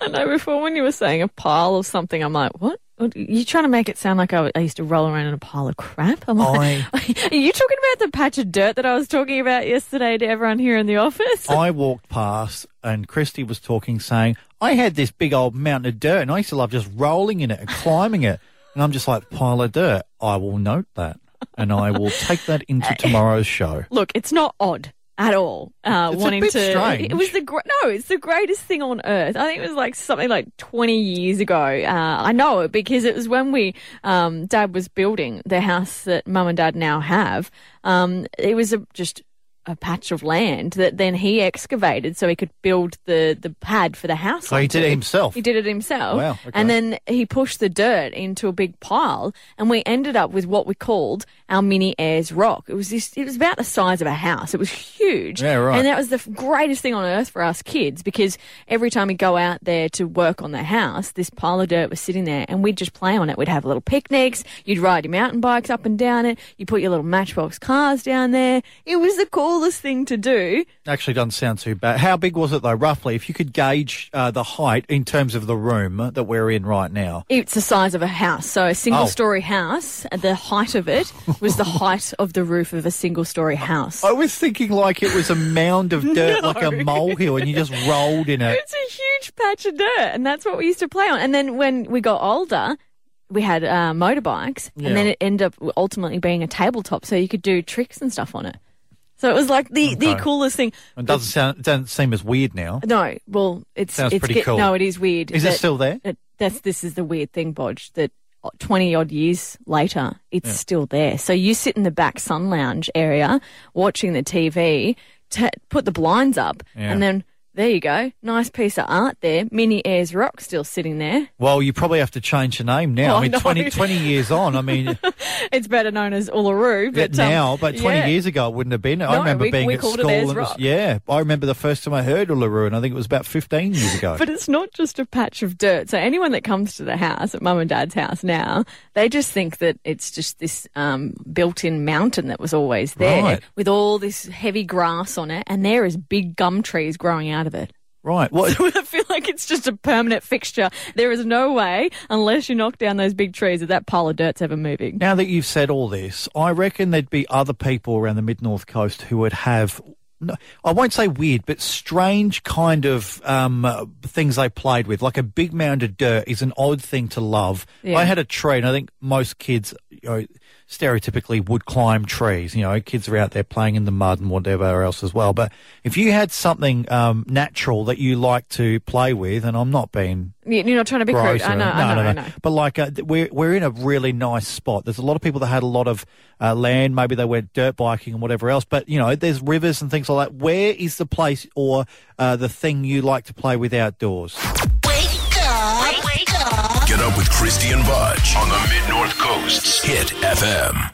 Speaker 4: I know before when you were saying a pile of something, I'm like, what? What- You trying to make it sound like I, w- I used to roll around in a pile of crap? I'm like, are you talking about the patch of dirt that I was talking about yesterday to everyone here in the office?
Speaker 3: I walked past and Christy was talking, saying, I had this big old mountain of dirt and I used to love just rolling in it and climbing it. And I'm just like, pile of dirt. I will note that and I will take that into tomorrow's show.
Speaker 4: Look, it's not odd at all. Uh,
Speaker 3: It's a
Speaker 4: wanting
Speaker 3: bit
Speaker 4: to,
Speaker 3: strange.
Speaker 4: it was the gr- no, it's the greatest thing on earth. I think it was like something like twenty years ago. Uh, I know it because it was when we, um, Dad was building the house that Mum and Dad now have. Um, it was a, just a patch of land that then he excavated so he could build the the pad for the house.
Speaker 3: So he
Speaker 4: onto.
Speaker 3: did it himself.
Speaker 4: He did it himself.
Speaker 3: Wow, okay.
Speaker 4: And then he pushed the dirt into a big pile, and we ended up with what we called our mini Ayers Rock. It was this, it was about the size of a house. It was huge.
Speaker 3: Yeah, right.
Speaker 4: And that was the f- greatest thing on earth for us kids because every time we go out there to work on the house, this pile of dirt was sitting there, and we'd just play on it. We'd have little picnics. You'd ride your mountain bikes up and down it. You put your little matchbox cars down there. It was the coolest thing to do.
Speaker 3: Actually, doesn't sound too bad. How big was it though, roughly? If you could gauge uh, the height in terms of the room that we're in right now,
Speaker 4: It's the size of a house. So a single
Speaker 3: Oh.
Speaker 4: story house, the height of it was the height of the roof of a single story house.
Speaker 3: I was thinking like it was a mound of dirt, like a
Speaker 4: No.
Speaker 3: molehill, and you just rolled in it.
Speaker 4: It's a huge patch of dirt, and that's what we used to play on. And then when we got older, we had uh, motorbikes,
Speaker 3: Yeah.
Speaker 4: and then it ended up ultimately being a tabletop, so you could do tricks and stuff on it. So it was like the, the
Speaker 3: Okay.
Speaker 4: coolest thing.
Speaker 3: It doesn't sound it doesn't seem as weird now.
Speaker 4: No, well, it's
Speaker 3: Sounds
Speaker 4: it's
Speaker 3: pretty
Speaker 4: get-
Speaker 3: cool.
Speaker 4: No, it is weird.
Speaker 3: Is it still there?
Speaker 4: that- that's this is the weird thing, Bodge. That twenty odd years later, it's still there. So you sit in the back sun lounge area watching the TV, t- put the blinds up,
Speaker 3: Yeah.
Speaker 4: and then there you go, nice piece of art there. Mini Airs Rock still sitting there.
Speaker 3: Well, you probably have to change the name now.
Speaker 4: Oh,
Speaker 3: I mean,
Speaker 4: no.
Speaker 3: 20, 20 years on. I mean,
Speaker 4: It's better known as Uluru, but um,
Speaker 3: now, but twenty
Speaker 4: yeah.
Speaker 3: years ago, it wouldn't have been. I
Speaker 4: No,
Speaker 3: remember
Speaker 4: we-
Speaker 3: being
Speaker 4: we
Speaker 3: at
Speaker 4: called it
Speaker 3: school.
Speaker 4: Ayers
Speaker 3: and it was-
Speaker 4: Rock.
Speaker 3: yeah, I remember the first time I heard Uluru, and I think it was about fifteen years ago.
Speaker 4: But it's not just a patch of dirt. So anyone that comes to the house at mum and dad's house now, they just think that it's just this um, built-in mountain that was always there
Speaker 3: Right.
Speaker 4: with all this heavy grass on it, and there is big gum trees growing out of it.
Speaker 3: right? What?
Speaker 4: I feel like it's just a permanent fixture. There is no way, unless you knock down those big trees, that that pile of dirt's ever moving.
Speaker 3: Now that you've said all this, I reckon there'd be other people around the mid north coast who would have. No, I won't say weird, but strange kind of um, uh, things they played with. Like a big mound of dirt is an odd thing to love.
Speaker 4: Yeah.
Speaker 3: I had a tree, and I think most kids you know, stereotypically would climb trees. You know, kids are out there playing in the mud and whatever else as well. But if you had something um, natural that you like to play with, and I'm not being
Speaker 4: You- You're not trying to be
Speaker 3: gross
Speaker 4: crude.
Speaker 3: or
Speaker 4: I know,
Speaker 3: anything.
Speaker 4: I know,
Speaker 3: no,
Speaker 4: I
Speaker 3: no,
Speaker 4: know.
Speaker 3: no. But like, uh, th- we're we're in a really nice spot. There's a lot of people that had a lot of uh, land. Maybe they went dirt biking and whatever else. But you know, there's rivers and things like that. Where is the place or uh, the thing you like to play with outdoors?
Speaker 1: Wake up. Wake up.
Speaker 5: Get up with Christy and Budge on the Mid North Coast's Hit FM.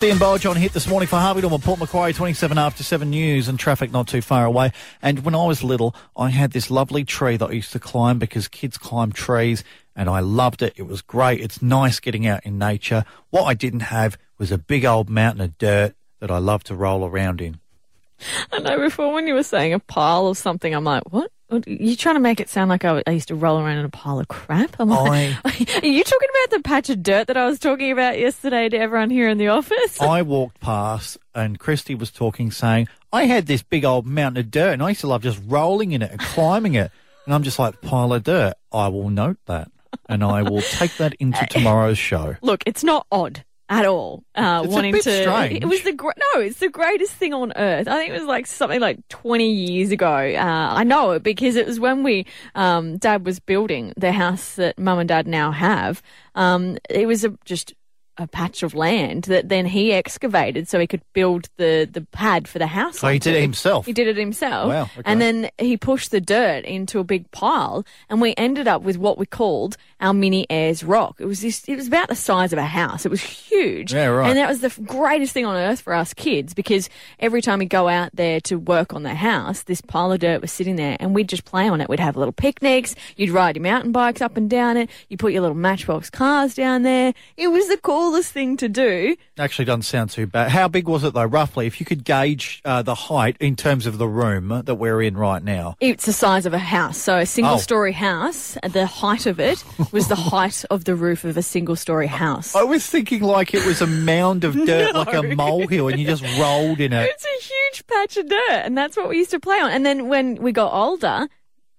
Speaker 3: Ian Bulge on hit this morning for Harvey Norman, Port Macquarie, 27 after 7 news and traffic not too far away. And when I was little, I had this lovely tree that I used to climb because kids climb trees and I loved it. It was great. It's nice getting out in nature. What I didn't have was a big old mountain of dirt that I loved to roll around in.
Speaker 4: I know before when you were saying a pile of something, I'm like, what? What- You're trying to make it sound like I, w- I used to roll around in a pile of crap. I'm like, are you talking about the patch of dirt that I was talking about yesterday to everyone here in the office?
Speaker 3: I walked past and Christy was talking, saying, I had this big old mountain of dirt and I used to love just rolling in it and climbing it. And I'm just like, pile of dirt. I will note that. And I will take that into tomorrow's show.
Speaker 4: Look, it's not odd at all. Uh,
Speaker 3: It's a
Speaker 4: wanting
Speaker 3: bit
Speaker 4: to,
Speaker 3: strange.
Speaker 4: it was the gr- no, it's the greatest thing on earth. I think it was like something like twenty years ago. Uh, I know it because it was when we, um, Dad was building the house that Mum and Dad now have. Um, it was a, just a patch of land that then he excavated so he could build the the pad for the house.
Speaker 3: So he did it
Speaker 4: onto.
Speaker 3: himself?
Speaker 4: He did it himself.
Speaker 3: Wow, okay.
Speaker 4: And then he pushed the dirt into a big pile, and we ended up with what we called our mini Ayers Rock. It was this, it was about the size of a house. It was huge.
Speaker 3: Yeah, right.
Speaker 4: And that was the f- greatest thing on earth for us kids because every time we go out there to work on the house, this pile of dirt was sitting there, and we'd just play on it. We'd have little picnics. You'd ride your mountain bikes up and down it. You put your little matchbox cars down there. It was the coolest thing to do.
Speaker 3: Actually, doesn't sound too bad. How big was it, though, roughly? If you could gauge uh, the height in terms of the room that we're in right now.
Speaker 4: It's the size of a house. So a single
Speaker 3: Oh.
Speaker 4: story house, the height of it was the height of the roof of a single story house.
Speaker 3: I was thinking like it was a mound of dirt, like a
Speaker 4: No.
Speaker 3: molehill, and you just rolled in it.
Speaker 4: It's a huge patch of dirt, and that's what we used to play on. And then when we got older,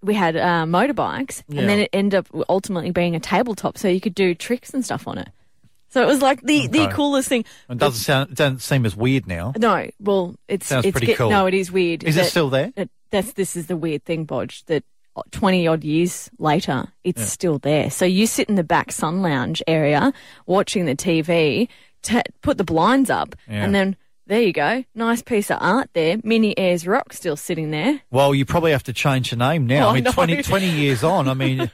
Speaker 4: we had uh, motorbikes,
Speaker 3: Yeah.
Speaker 4: and then it ended up ultimately being a tabletop, so you could do tricks and stuff on it. So it was like the, the
Speaker 3: Okay.
Speaker 4: coolest thing.
Speaker 3: It doesn't sound, it doesn't seem as weird now.
Speaker 4: No, well, it's
Speaker 3: Sounds
Speaker 4: it's
Speaker 3: pretty
Speaker 4: get-
Speaker 3: cool.
Speaker 4: No, it is weird.
Speaker 3: Is it still there?
Speaker 4: that- that's this is the weird thing, Bodge. That twenty odd years later, it's still there. So you sit in the back sun lounge area watching the TV, t- put the blinds up,
Speaker 3: Yeah.
Speaker 4: and then there you go, nice piece of art there. Mini Airs Rock still sitting there.
Speaker 3: Well, you probably have to change the name now.
Speaker 4: Oh,
Speaker 3: I mean,
Speaker 4: no.
Speaker 3: twenty twenty 20, years on, I mean,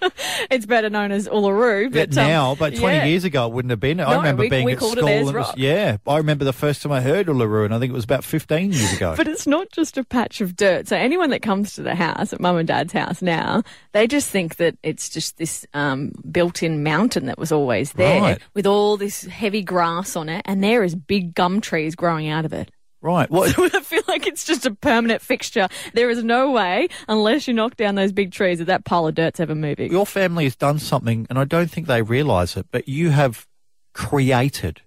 Speaker 4: It's better known as Uluru, but um,
Speaker 3: now, but 20
Speaker 4: yeah.
Speaker 3: years ago, it wouldn't have been. I
Speaker 4: No,
Speaker 3: remember
Speaker 4: we-
Speaker 3: being
Speaker 4: we
Speaker 3: at
Speaker 4: called it
Speaker 3: school.
Speaker 4: Ayers
Speaker 3: and it was-
Speaker 4: Rock.
Speaker 3: yeah, I remember the first time I heard Uluru, and I think it was about 15 years ago.
Speaker 4: But it's not just a patch of dirt. So anyone that comes to the house, at mum and dad's house now, they just think that it's just this um, built-in mountain that was always there
Speaker 3: Right.
Speaker 4: with all this heavy grass on it, and there is big gum trees growing out of it.
Speaker 3: right. Well,
Speaker 4: I feel like it's just a permanent fixture. There is no way, unless you knock down those big trees, that that pile of dirt's ever moving.
Speaker 3: your family has done something, and I don't think they realise it, but you have created.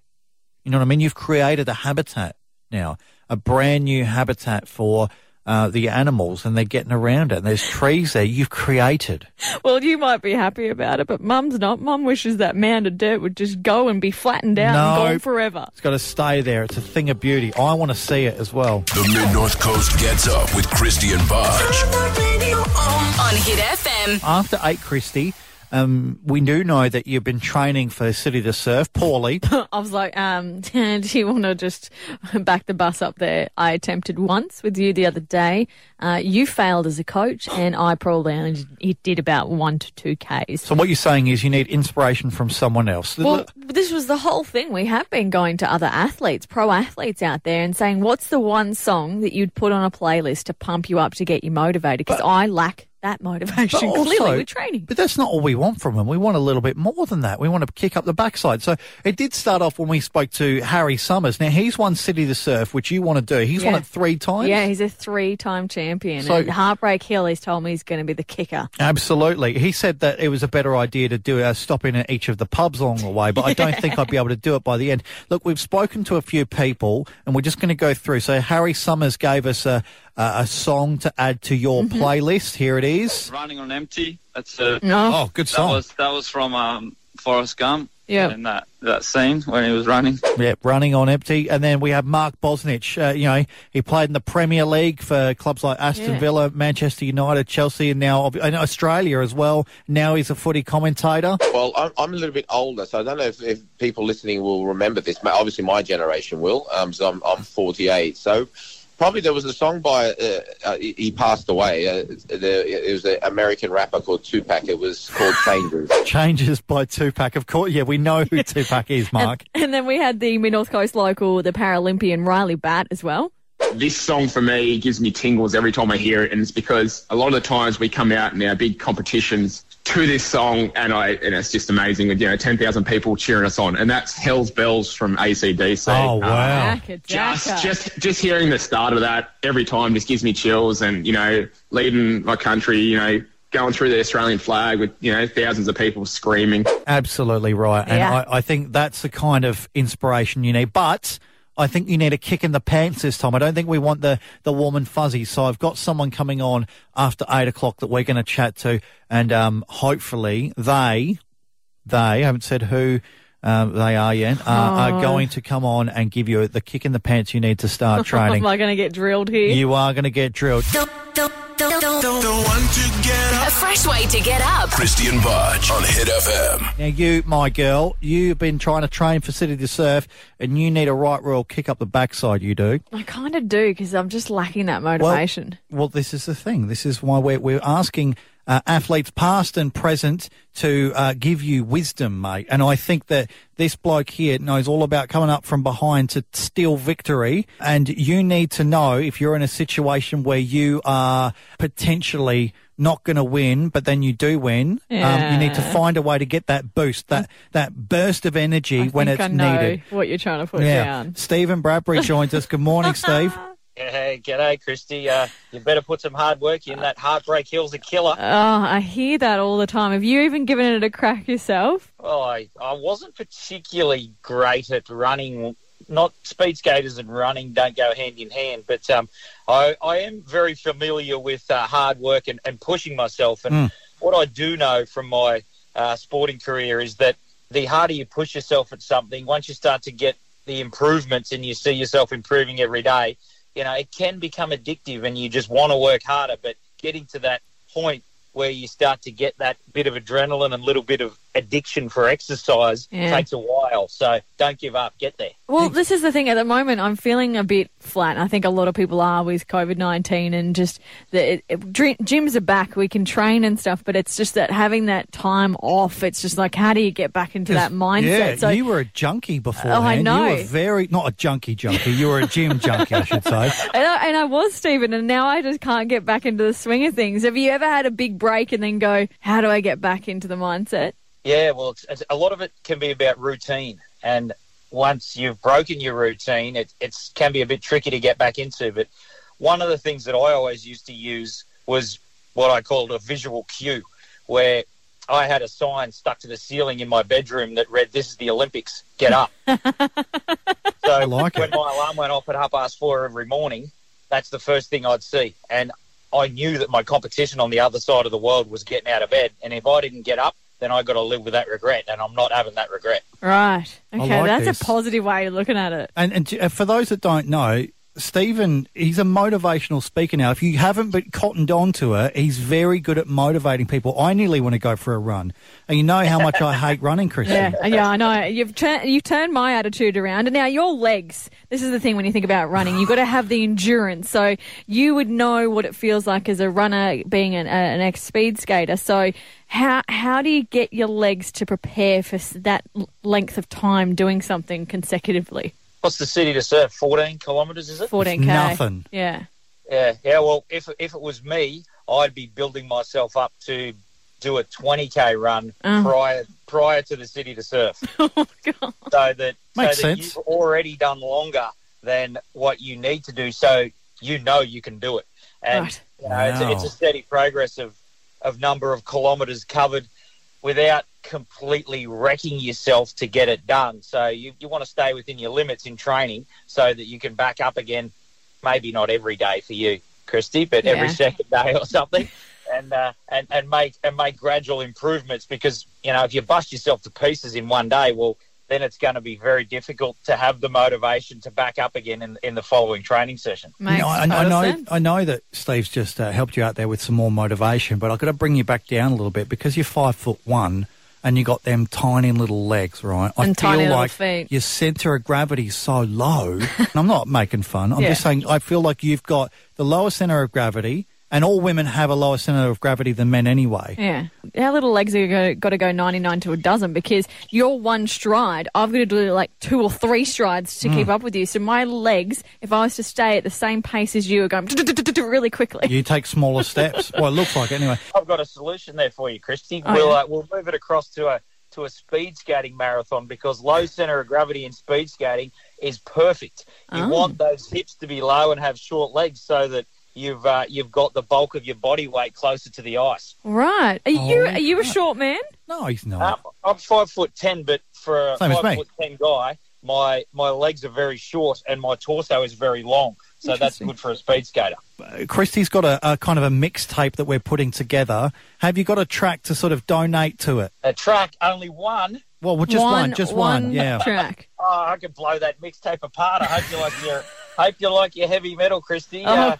Speaker 3: You know what I mean? You've created a habitat now, a brand new habitat for uh, the animals, and they're getting around it. And there's trees there. You've created.
Speaker 4: Well, you might be happy about it, but mum's not. Mum wishes that mound of dirt would just go and be flattened out
Speaker 3: No.
Speaker 4: and gone forever.
Speaker 3: It's got to stay there. It's a thing of beauty. I want to see it as well.
Speaker 5: The Mid North Coast gets up with Christian Budge.
Speaker 9: On Hit FM.
Speaker 3: After eight, Christy. Um, we do know that you've been training for City to Surf poorly.
Speaker 4: I was like, um, do you want to just back the bus up there? I attempted once with you the other day. Uh, you failed as a coach, and I probably only it did about one to two Ks.
Speaker 3: So what you're saying is you need inspiration from someone else.
Speaker 4: Well, this was the whole thing. We have been going to other athletes, pro athletes out there, and saying, what's the one song that you'd put on a playlist to pump you up to get you motivated? Because I lack that
Speaker 3: But
Speaker 4: motivation
Speaker 3: also-
Speaker 4: clearly with training.
Speaker 3: But that's not all we want from them. We want a little bit more than that. We want to kick up the backside. So it did start off when we spoke to Harry Summers. Now he's won City to Surf, which you want to do. He's won
Speaker 4: Yeah.
Speaker 3: it three times.
Speaker 4: Yeah, he's a three time champion.
Speaker 3: So-
Speaker 4: and Heartbreak Hill, he's told me he's going to be the kicker.
Speaker 3: Absolutely. He said that it was a better idea to do a stop in at each of the pubs along the way, but I don't think I'd be able to do it by the end. Look, we've spoken to a few people and we're just going to go through. So Harry Summers gave us a, a, a song to add to your
Speaker 12: Mm-hmm.
Speaker 3: playlist. Here it is.
Speaker 12: Running on empty. That's a
Speaker 4: No.
Speaker 3: Oh, good
Speaker 12: That
Speaker 3: song.
Speaker 12: was that was from um, Forrest Gump.
Speaker 4: Yeah.
Speaker 12: In that that scene when he was running.
Speaker 3: Yeah, running on empty. And then we have Mark Bosnich. Uh, you know, he played in the Premier League for clubs like Aston
Speaker 4: Yeah.
Speaker 3: Villa, Manchester United, Chelsea, and now and Australia as well. Now he's a footy commentator.
Speaker 13: Well, I'm, I'm a little bit older, so I don't know if, if people listening will remember this. Ma- Obviously, my generation will. Um, so I'm, I'm 48. So probably there was a song by, uh, uh, he he passed away. Uh, the, it was an American rapper called Tupac. It was called Changes.
Speaker 3: Changes by Tupac. Of course, yeah, we know who Tupac is, Mark.
Speaker 4: And then we had the Mid North Coast local, the Paralympian Riley Bat as well.
Speaker 14: This song for me gives me tingles every time I hear it, and it's because a lot of the times we come out in our big competitions to this song, and I and it's just amazing. You know, ten thousand people cheering us on, and that's Hell's Bells from ACDC.
Speaker 3: Oh, wow.
Speaker 14: Um, just just just hearing the start of that every time just gives me chills, and you know, leading my country, you know, going through the Australian flag with you know thousands of people screaming.
Speaker 3: Absolutely right. And
Speaker 14: Yeah.
Speaker 3: I, I think that's the kind of inspiration you need. But I think you need a kick in the pants this time. I don't think we want the, the warm and fuzzy. So I've got someone coming on after eight o'clock that we're going to chat to. And um, hopefully they, they, I haven't said who um, they are yet, are,
Speaker 4: Oh.
Speaker 3: are going to come on and give you the kick in the pants you need to start training.
Speaker 4: Am I going to get drilled here?
Speaker 3: you are going to get drilled.
Speaker 9: A fresh way to get up.
Speaker 5: Christian Budge on Hit FM.
Speaker 3: Now, you, my girl, you've been trying to train for City to Surf, and you need a right royal kick up the backside, you do.
Speaker 4: I kind of do because I'm just lacking that motivation.
Speaker 3: Well, this is the thing. This is why we're, we're asking uh, athletes, past and present, to uh, give you wisdom, mate. And I think that this bloke here knows all about coming up from behind to steal victory. And you need to know if you're in a situation where you are potentially not going to win, but then you do win. Um,
Speaker 4: Yeah.
Speaker 3: you need to find a way to get that boost, that that burst of energy when
Speaker 4: I think
Speaker 3: it's
Speaker 4: I know
Speaker 3: needed.
Speaker 4: what you're trying to put down.
Speaker 3: Stephen Bradbury joins us. Good morning, Steve.
Speaker 15: Yeah, hey, g'day, Christy. Uh, you better put some hard work in. That heartbreak hill's a killer.
Speaker 4: Oh, I hear that all the time. Have you even given it a crack yourself?
Speaker 15: Oh, I, I wasn't particularly great at running. Not speed skaters and running don't go hand in hand, but um, I, I am very familiar with uh, hard work and, and pushing myself. And
Speaker 16: Mm.
Speaker 15: what I do know from my uh, sporting career is that the harder you push yourself at something, once you start to get the improvements and you see yourself improving every day, you know, it can become addictive and you just want to work harder. But getting to that point where you start to get that bit of adrenaline and little bit of addiction for exercise
Speaker 4: Yeah.
Speaker 15: takes a while. So don't give up. Get there.
Speaker 4: Well, this is the thing. At the moment, I'm feeling a bit flat. I think a lot of people are with COVID 19 and just the it, it, dr- gyms are back. We can train and stuff, but it's just that having that time off, it's just like, how do you get back into that mindset?
Speaker 3: Yeah,
Speaker 4: so, Oh,
Speaker 3: you were a junkie before.
Speaker 4: know.
Speaker 3: You were very not a junkie junkie. You were a gym junkie, I should say.
Speaker 4: and, I, and I was, Stephen, and now I just can't get back into the swing of things. Have you ever had a big break and then go, how do I get back into the mindset?
Speaker 15: Yeah, well, it's, it's, a lot of it can be about routine, and once you've broken your routine, it it's, can be a bit tricky to get back into. But one of the things that I always used to use was what I called a visual cue, where I had a sign stuck to the ceiling in my bedroom that read, "This is the Olympics. Get up." so when my alarm went off at half past four every morning, that's the first thing I'd see, and I knew that my competition on the other side of the world was getting out of bed, and if I didn't get up, then I got to live with that regret, and I'm not having that regret.
Speaker 4: Right.
Speaker 3: I
Speaker 4: Okay,
Speaker 3: like
Speaker 4: that's
Speaker 3: this.
Speaker 4: a positive way of looking at it.
Speaker 3: And, and to- uh, for those that don't know, Stephen, he's a motivational speaker now. If you haven't been cottoned on to it, he's very good at motivating people. I nearly want to go for a run, and you know how much I hate running, Christian.
Speaker 4: Yeah, uh, yeah, I know. You've tur- you've turned my attitude around, and now your legs. This is the thing when you think about running, you've got to have the endurance. So you would know what it feels like as a runner, being an, a, an ex speed skater. So how how do you get your legs to prepare for s- that l- length of time doing something consecutively?
Speaker 15: What's the city to surf? 14 kilometres, is it?
Speaker 4: Fourteen k. Yeah.
Speaker 15: Yeah, yeah. Well, if if it was me, I'd be building myself up to do a 20k run
Speaker 3: Ah.
Speaker 4: Oh.
Speaker 15: prior prior to the city to surf. So that
Speaker 3: Oh Makes
Speaker 15: so that
Speaker 3: sense.
Speaker 15: you've already done longer than what you need to do, so you know you can do it. And
Speaker 4: Right.
Speaker 15: you know, it's, a, it's a
Speaker 3: Wow.
Speaker 15: steady progress of of number of kilometres covered without completely wrecking yourself to get it done. So you, you want to stay within your limits in training so that you can back up again, maybe not every day for you, Christy, but every
Speaker 17: Yeah.
Speaker 15: second day or something. And, uh, and and make and make gradual improvements because you know if you bust yourself to pieces in one day, well then it's going to be very difficult to have the motivation to back up again in, in the following training session.
Speaker 3: No, I, I know, I know that Steve's just uh, helped you out there with some more motivation, but I've got to bring you back down a little bit because you're five foot one and you got them tiny little legs, right? I
Speaker 4: And
Speaker 3: feel
Speaker 4: tiny little
Speaker 3: like
Speaker 4: feet.
Speaker 3: your centre of gravity is so low. and I'm not making fun. I'm
Speaker 4: Yeah.
Speaker 3: just saying I feel like you've got the lower centre of gravity And all women have a lower center of gravity than men anyway.
Speaker 4: Yeah. Our little legs are got to go 99 to a dozen because you're one stride. I've got to do like two or three strides to
Speaker 3: Mm.
Speaker 4: keep up with you. So my legs, if I was to stay at the same pace as you, are going really quickly.
Speaker 3: You take smaller steps. Well, it looks like it anyway.
Speaker 15: I've got a solution there for you, Christy.
Speaker 4: Oh,
Speaker 15: we'll
Speaker 4: yeah.
Speaker 15: uh, we'll move it across to a to a speed skating marathon because low center of gravity in speed skating is perfect. You
Speaker 4: Oh.
Speaker 15: want those hips to be low and have short legs so that you've uh, you've got the bulk of your body weight closer to the ice.
Speaker 4: Right. Are you
Speaker 15: Holy
Speaker 4: are you a short man?
Speaker 3: No, he's not.
Speaker 15: Um, I'm five foot ten, but for a
Speaker 4: Same as me.
Speaker 15: five foot ten guy, my my legs are very short and my torso is very long, so that's good for a speed skater.
Speaker 3: Christy's got a, a kind of a mixtape that we're putting together. Have you got a track to sort of donate to it?
Speaker 15: A track, only one.
Speaker 3: Well, well, just one, just one, yeah.
Speaker 15: oh, I could blow that mixtape apart. I hope you like your, hope you like your heavy metal, Christy. Uh,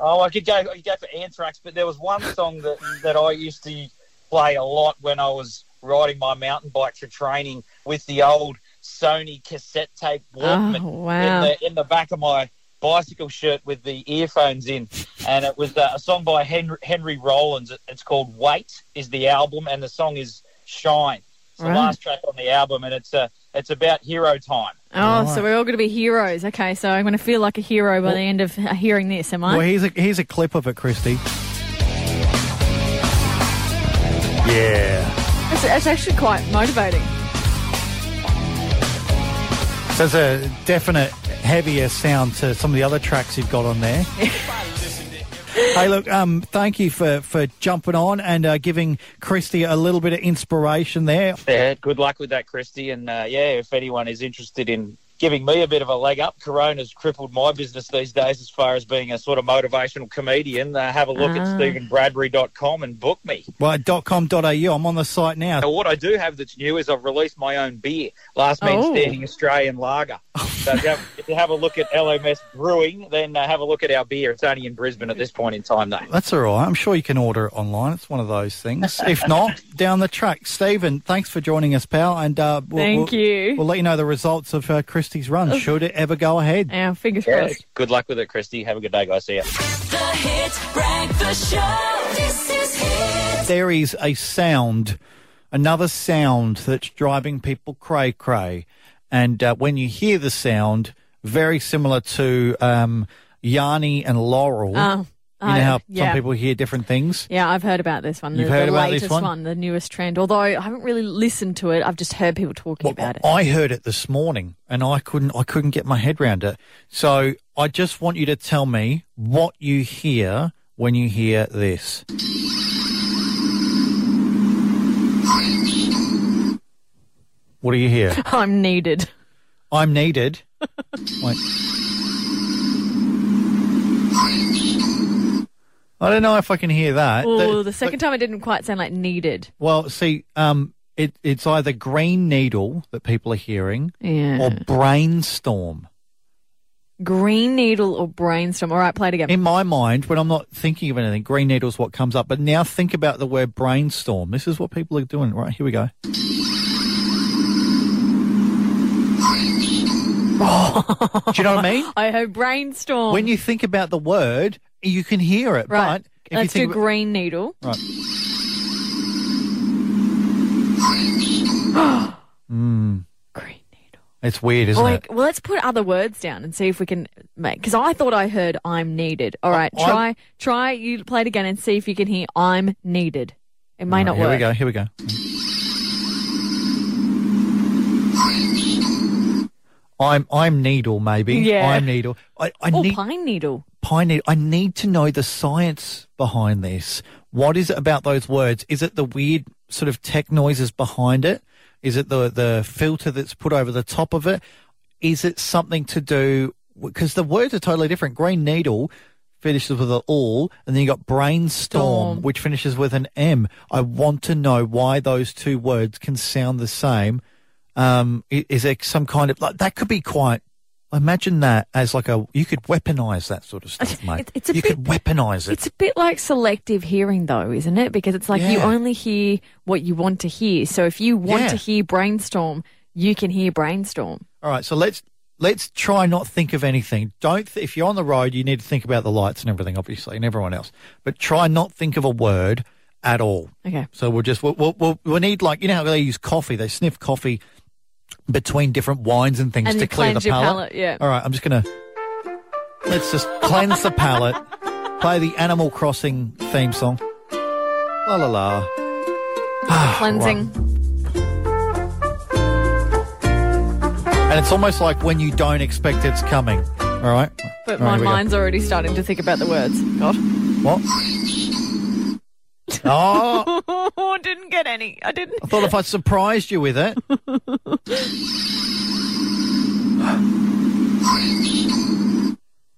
Speaker 15: oh, I could go, I could go for Anthrax, but there was one song that that I used to play a lot when I was riding my mountain bike for training with the old Sony cassette tape Walkman
Speaker 4: Oh, wow.
Speaker 15: in the in the back of my bicycle shirt with the earphones in and it was uh, a song by henry, henry rollins it's called wait is the album and the song is shine it's the
Speaker 4: Right.
Speaker 15: last track on the album, and it's uh, it's about hero time.
Speaker 4: Oh, so we're all going to be heroes. Okay, so I'm going to feel like a hero by the end of uh, hearing this, am I?
Speaker 3: Well, here's a here's a clip of it, Christy. Yeah.
Speaker 4: It's, it's actually quite motivating.
Speaker 3: So there's a definite heavier sound to some of the other tracks you've got on there. hey, look, um, thank you for, for jumping on and uh, giving Christy a little bit of inspiration there.
Speaker 15: Yeah, good luck with that, Christy. And uh, yeah, if anyone is interested in giving me a bit of a leg up, Corona's crippled my business these days as far as being a sort of motivational comedian. Uh, have a look at
Speaker 3: Ah.
Speaker 15: stephenbradbury.com and book me.
Speaker 3: Well, .com.au, I'm on the site now.
Speaker 15: Now, what I do have that's new is I've released my own beer, Last Man
Speaker 3: Oh.
Speaker 15: Standing Australian Lager. So if you, have, if you have a look at LMS Brewing, then uh, have a look at our beer. It's only in Brisbane at this point in time, though.
Speaker 3: That's all right. I'm sure you can order it online. It's one of those things. If not, down the track. Stephen, thanks for joining us, pal. And uh, we'll,
Speaker 4: Thank
Speaker 3: we'll,
Speaker 4: you. Oh.
Speaker 3: We'll let you know the results of uh, Christy's run, should it ever go ahead.
Speaker 4: Yeah, fingers
Speaker 15: Yeah, good luck with it, Christy. Have a good day, guys. See ya.
Speaker 1: The Hit Breakfast Show. This is Hit.
Speaker 3: There is a sound, another sound that's driving people cray cray. And uh, when you hear the sound, very similar to um, Yanni and Laurel.
Speaker 4: Oh,
Speaker 3: you know
Speaker 4: I-
Speaker 3: how
Speaker 4: yeah.
Speaker 3: some people hear different things?
Speaker 4: Yeah, I've heard about this one. The,
Speaker 3: You've heard
Speaker 4: the
Speaker 3: about this
Speaker 4: latest
Speaker 3: one?
Speaker 4: the newest trend. Although I haven't really listened to it, I've just heard people talking about it.
Speaker 3: I heard it this morning and I couldn't I couldn't get my head around it. So I just want you to tell me what you hear when you hear this. What do you hear?
Speaker 4: I'm needed.
Speaker 3: I'm needed. Wait. I don't know if I can hear that.
Speaker 4: Oh,
Speaker 3: That-
Speaker 4: the second time it didn't quite sound like needed.
Speaker 3: well, see, um, it, it's either green needle that people are hearing
Speaker 4: Yeah.
Speaker 3: or brainstorm.
Speaker 4: Green needle or brainstorm. All right, play it again.
Speaker 3: In my mind, when I'm not thinking of anything, green needle's what comes up. But now think about the word brainstorm. This is what people are doing, right? Here we go. Do you know what I mean?
Speaker 4: I heard brainstorm.
Speaker 3: When you think about the word, you can hear it.
Speaker 4: Oh. right,
Speaker 3: But if
Speaker 4: let's
Speaker 3: you
Speaker 4: do
Speaker 3: think about-
Speaker 4: green needle.
Speaker 3: Right.
Speaker 4: well,
Speaker 3: Mm. Green needle. It's weird, isn't
Speaker 4: like,
Speaker 3: it?
Speaker 4: well, let's put other words down and see if we can make. Because I thought I heard I'm needed. All right,
Speaker 3: I-
Speaker 4: try, try. You play it again and see if you can hear I'm needed. It may
Speaker 3: Right,
Speaker 4: not
Speaker 3: here
Speaker 4: work.
Speaker 3: we go. Here we go. I'm I'm needle maybe.
Speaker 4: Yeah.
Speaker 3: I'm needle. I, I
Speaker 4: or
Speaker 3: need
Speaker 4: pine needle.
Speaker 3: pine needle. I need to know the science behind this. What is it about those words? Is it the weird sort of tech noises behind it? Is it the the filter that's put over the top of it? Is it something to do because the words are totally different? Green needle finishes with an all, and then you got brainstorm, which finishes with an M. I want to know why those two words can sound the same. Um, i- is there some kind of like that could be quite. Imagine that as like a you could weaponize that sort of stuff, mate.
Speaker 4: it's a
Speaker 3: you could weaponize it.
Speaker 4: It's a bit like selective hearing, though, isn't it? Because it's like you
Speaker 3: Yeah.
Speaker 4: only hear what you want to hear. So if you want
Speaker 3: Yeah.
Speaker 4: to hear brainstorm, you can hear brainstorm.
Speaker 3: All right, so let's let's try not think of anything. Don't th- if you're on the road, you need to think about the lights and everything, obviously, and everyone else. But try not think of a word at all.
Speaker 4: Okay.
Speaker 3: So we'll just we'll we'll, we'll, we'll need like you know how they use coffee. They sniff coffee between different wines and things
Speaker 4: And
Speaker 3: to
Speaker 4: you
Speaker 3: clear the
Speaker 4: cleanse your
Speaker 3: palate.
Speaker 4: palate, yeah.
Speaker 3: All right. I'm just gonna let's just cleanse the palate. Play the Animal Crossing theme song. La la la.
Speaker 4: Cleansing.
Speaker 3: And it's almost like when you don't expect it's coming. All right.
Speaker 4: But
Speaker 3: All right,
Speaker 4: my
Speaker 3: here we go.
Speaker 4: mind's already starting to think about the words. God.
Speaker 3: What? Oh,
Speaker 4: didn't get any. I didn't.
Speaker 3: I thought if I surprised you with it.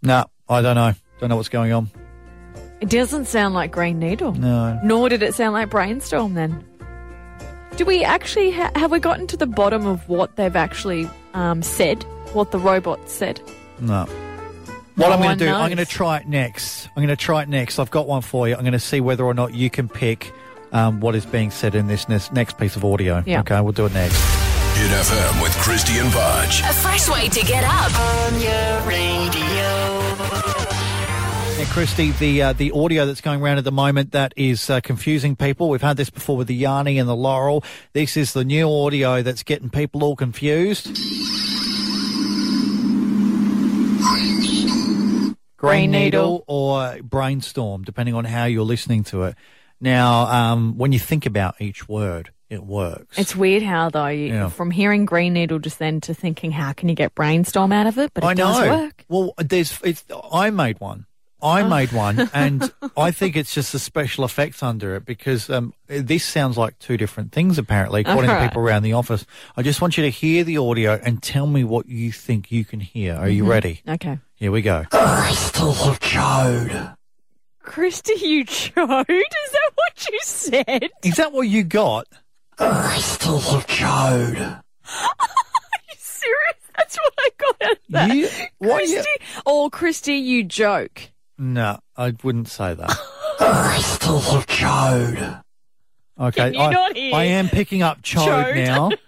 Speaker 3: no, I don't know. Don't know what's going on.
Speaker 4: It doesn't sound like Green Needle.
Speaker 3: No.
Speaker 4: Nor did it sound like Brainstorm then. Do we actually ha- have we gotten to the bottom of what they've actually um, said? What the robot said?
Speaker 3: No. What
Speaker 4: No
Speaker 3: I'm going
Speaker 4: one
Speaker 3: to do, I'm
Speaker 4: knows.
Speaker 3: going to try it next. I'm going to try it next. I've got one for you. I'm going to see whether or not you can pick um, what is being said in this, this next piece of audio.
Speaker 9: Yeah.
Speaker 3: Okay, we'll do it next.
Speaker 5: Hit FM with Christian Budge.
Speaker 9: A fresh way to get up. On your radio.
Speaker 3: Yeah, Christy, the uh, the audio that's going around at the moment that is uh, confusing people. We've had this before with the Yarny and the Laurel. This is the new audio that's getting people all confused. Green Needle or Brainstorm, depending on how you're listening to it. Now, um, when you think about each word, it works.
Speaker 4: It's weird how though you,
Speaker 3: Yeah.
Speaker 4: from hearing Green Needle just then to thinking how can you get Brainstorm out of it? But it
Speaker 3: I know.
Speaker 4: does work.
Speaker 3: Well, there's it's. I made one. I
Speaker 4: Oh.
Speaker 3: made one, and I think it's just the special effects under it because um, this sounds like two different things. Apparently, according to
Speaker 16: Alright.
Speaker 3: people around the office, I just want you to hear the audio and tell me what you think you can hear. Are you
Speaker 4: Mhm.
Speaker 3: ready?
Speaker 4: Okay.
Speaker 3: Here we go. code.
Speaker 4: Christy, you chode? Is that what you said?
Speaker 3: Is that what you got? code.
Speaker 4: Serious? That's what I got out of that.
Speaker 3: You- what you-
Speaker 4: Christy, or Christy, you joke.
Speaker 3: No, I wouldn't say that. code. Okay,
Speaker 4: Can you
Speaker 3: I,
Speaker 4: not hear?
Speaker 3: I am picking up chode,
Speaker 4: Chode.
Speaker 3: now.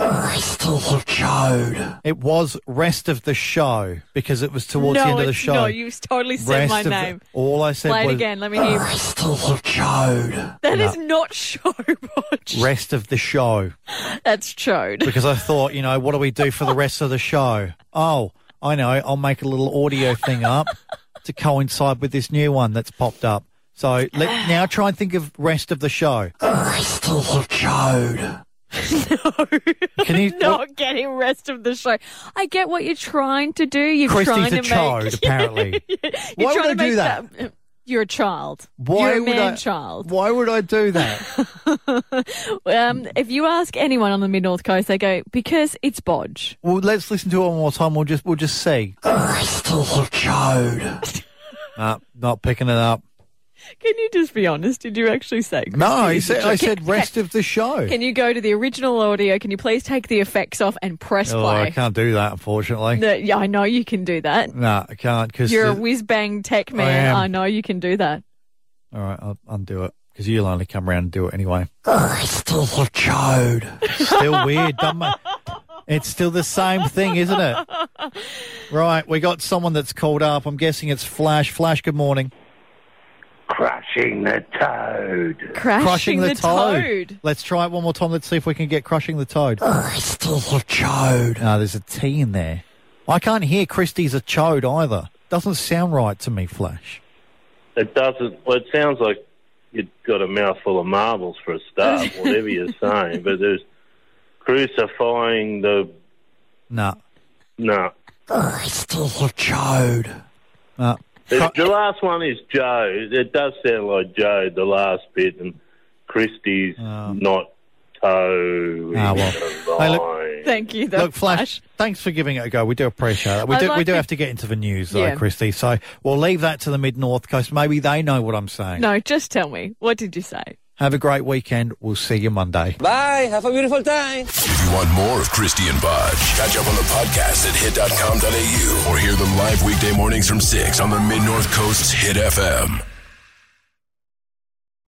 Speaker 3: Rest of the code. It was rest of the show because it was towards
Speaker 4: no,
Speaker 3: the end of the
Speaker 4: it's-
Speaker 3: show.
Speaker 4: No, you've totally said
Speaker 3: Rest
Speaker 4: my
Speaker 3: of the-
Speaker 4: name.
Speaker 3: all I said
Speaker 4: Play it
Speaker 3: was
Speaker 4: again. Let me hear.
Speaker 3: Rest of the code.
Speaker 4: That
Speaker 3: No,
Speaker 4: is not show.
Speaker 3: rest of the show
Speaker 4: That's chode.
Speaker 3: because I thought, you know, what do we do for the rest of the show? Oh, I know. I'll make a little audio thing up to coincide with this new one that's popped up. So let now try and think of rest of the show. Rest of the code. No. Can you
Speaker 4: not getting rest of the show. I get what you're trying to do. You're
Speaker 3: Christy's
Speaker 4: trying
Speaker 3: a
Speaker 4: to
Speaker 3: chode,
Speaker 4: make.
Speaker 3: apparently.
Speaker 4: you're
Speaker 3: Why
Speaker 4: trying
Speaker 3: would
Speaker 4: to
Speaker 3: I do
Speaker 4: make
Speaker 3: that?
Speaker 4: You're a child.
Speaker 3: Why
Speaker 4: you're a
Speaker 3: would I-
Speaker 4: man child.
Speaker 3: Why would I do that?
Speaker 4: Um, if you ask anyone on the mid north coast, they go because it's bodge.
Speaker 3: Well, let's listen to it one more time. We'll just we'll just see. Rest of the code. no, not picking it up.
Speaker 4: Can you just be honest? Did you actually say?
Speaker 3: No, I
Speaker 4: Christy,
Speaker 3: said,
Speaker 4: you're a
Speaker 3: I
Speaker 4: chode?
Speaker 3: said rest of the show.
Speaker 4: Can you go to the original audio? Can you please take the effects off and press
Speaker 3: oh, I
Speaker 4: play?
Speaker 3: can't do that, unfortunately.
Speaker 4: No, yeah, I know you can do that.
Speaker 3: No, I can't because
Speaker 4: You're a whiz bang tech man.
Speaker 3: am.
Speaker 4: I, know you can do that.
Speaker 3: all right, I'll undo it because you'll only come around and do it anyway. Oh, Still the code. Still weird. Doesn't it? It's still the same thing, isn't it? Right, we got someone that's called up. I'm guessing it's Flash. Flash, good morning.
Speaker 17: Crushing the toad.
Speaker 4: Crashing,
Speaker 3: Crushing the,
Speaker 4: the
Speaker 3: toad.
Speaker 4: toad.
Speaker 3: Let's try it one more time. Let's see if we can get crushing the toad. Crystal Oh, the toad. No, there's a T in there. I can't hear Christie's a chode either. Doesn't sound right to me, Flash.
Speaker 18: It doesn't. Well, it sounds like you've got a mouthful of marbles for a start, whatever you're saying. But there's crucifying the
Speaker 3: No.
Speaker 18: no.
Speaker 3: Crystal Oh, the toad. No.
Speaker 18: The, the last one is Joe. It does sound like Joe. The last bit and Christie's not toe.
Speaker 3: Oh. Ah, well. Hey,
Speaker 18: look,
Speaker 4: Thank you.
Speaker 3: Look, Flash, thanks for giving it a go. We do appreciate that. We
Speaker 4: I'd
Speaker 3: do, we
Speaker 4: like
Speaker 3: do
Speaker 4: to-
Speaker 3: have to get into the news, though,
Speaker 4: Yeah.
Speaker 3: Christy. So we'll leave that to the Mid North Coast. Maybe they know what I'm saying.
Speaker 4: No, just tell me. What did you say?
Speaker 3: Have a great weekend. We'll see you Monday.
Speaker 5: Bye. Have a beautiful time. If you want more of Christy and Budge, catch up on the podcast at hit.com.au or hear them live weekday mornings from 6 on the Mid North Coast's Hit FM.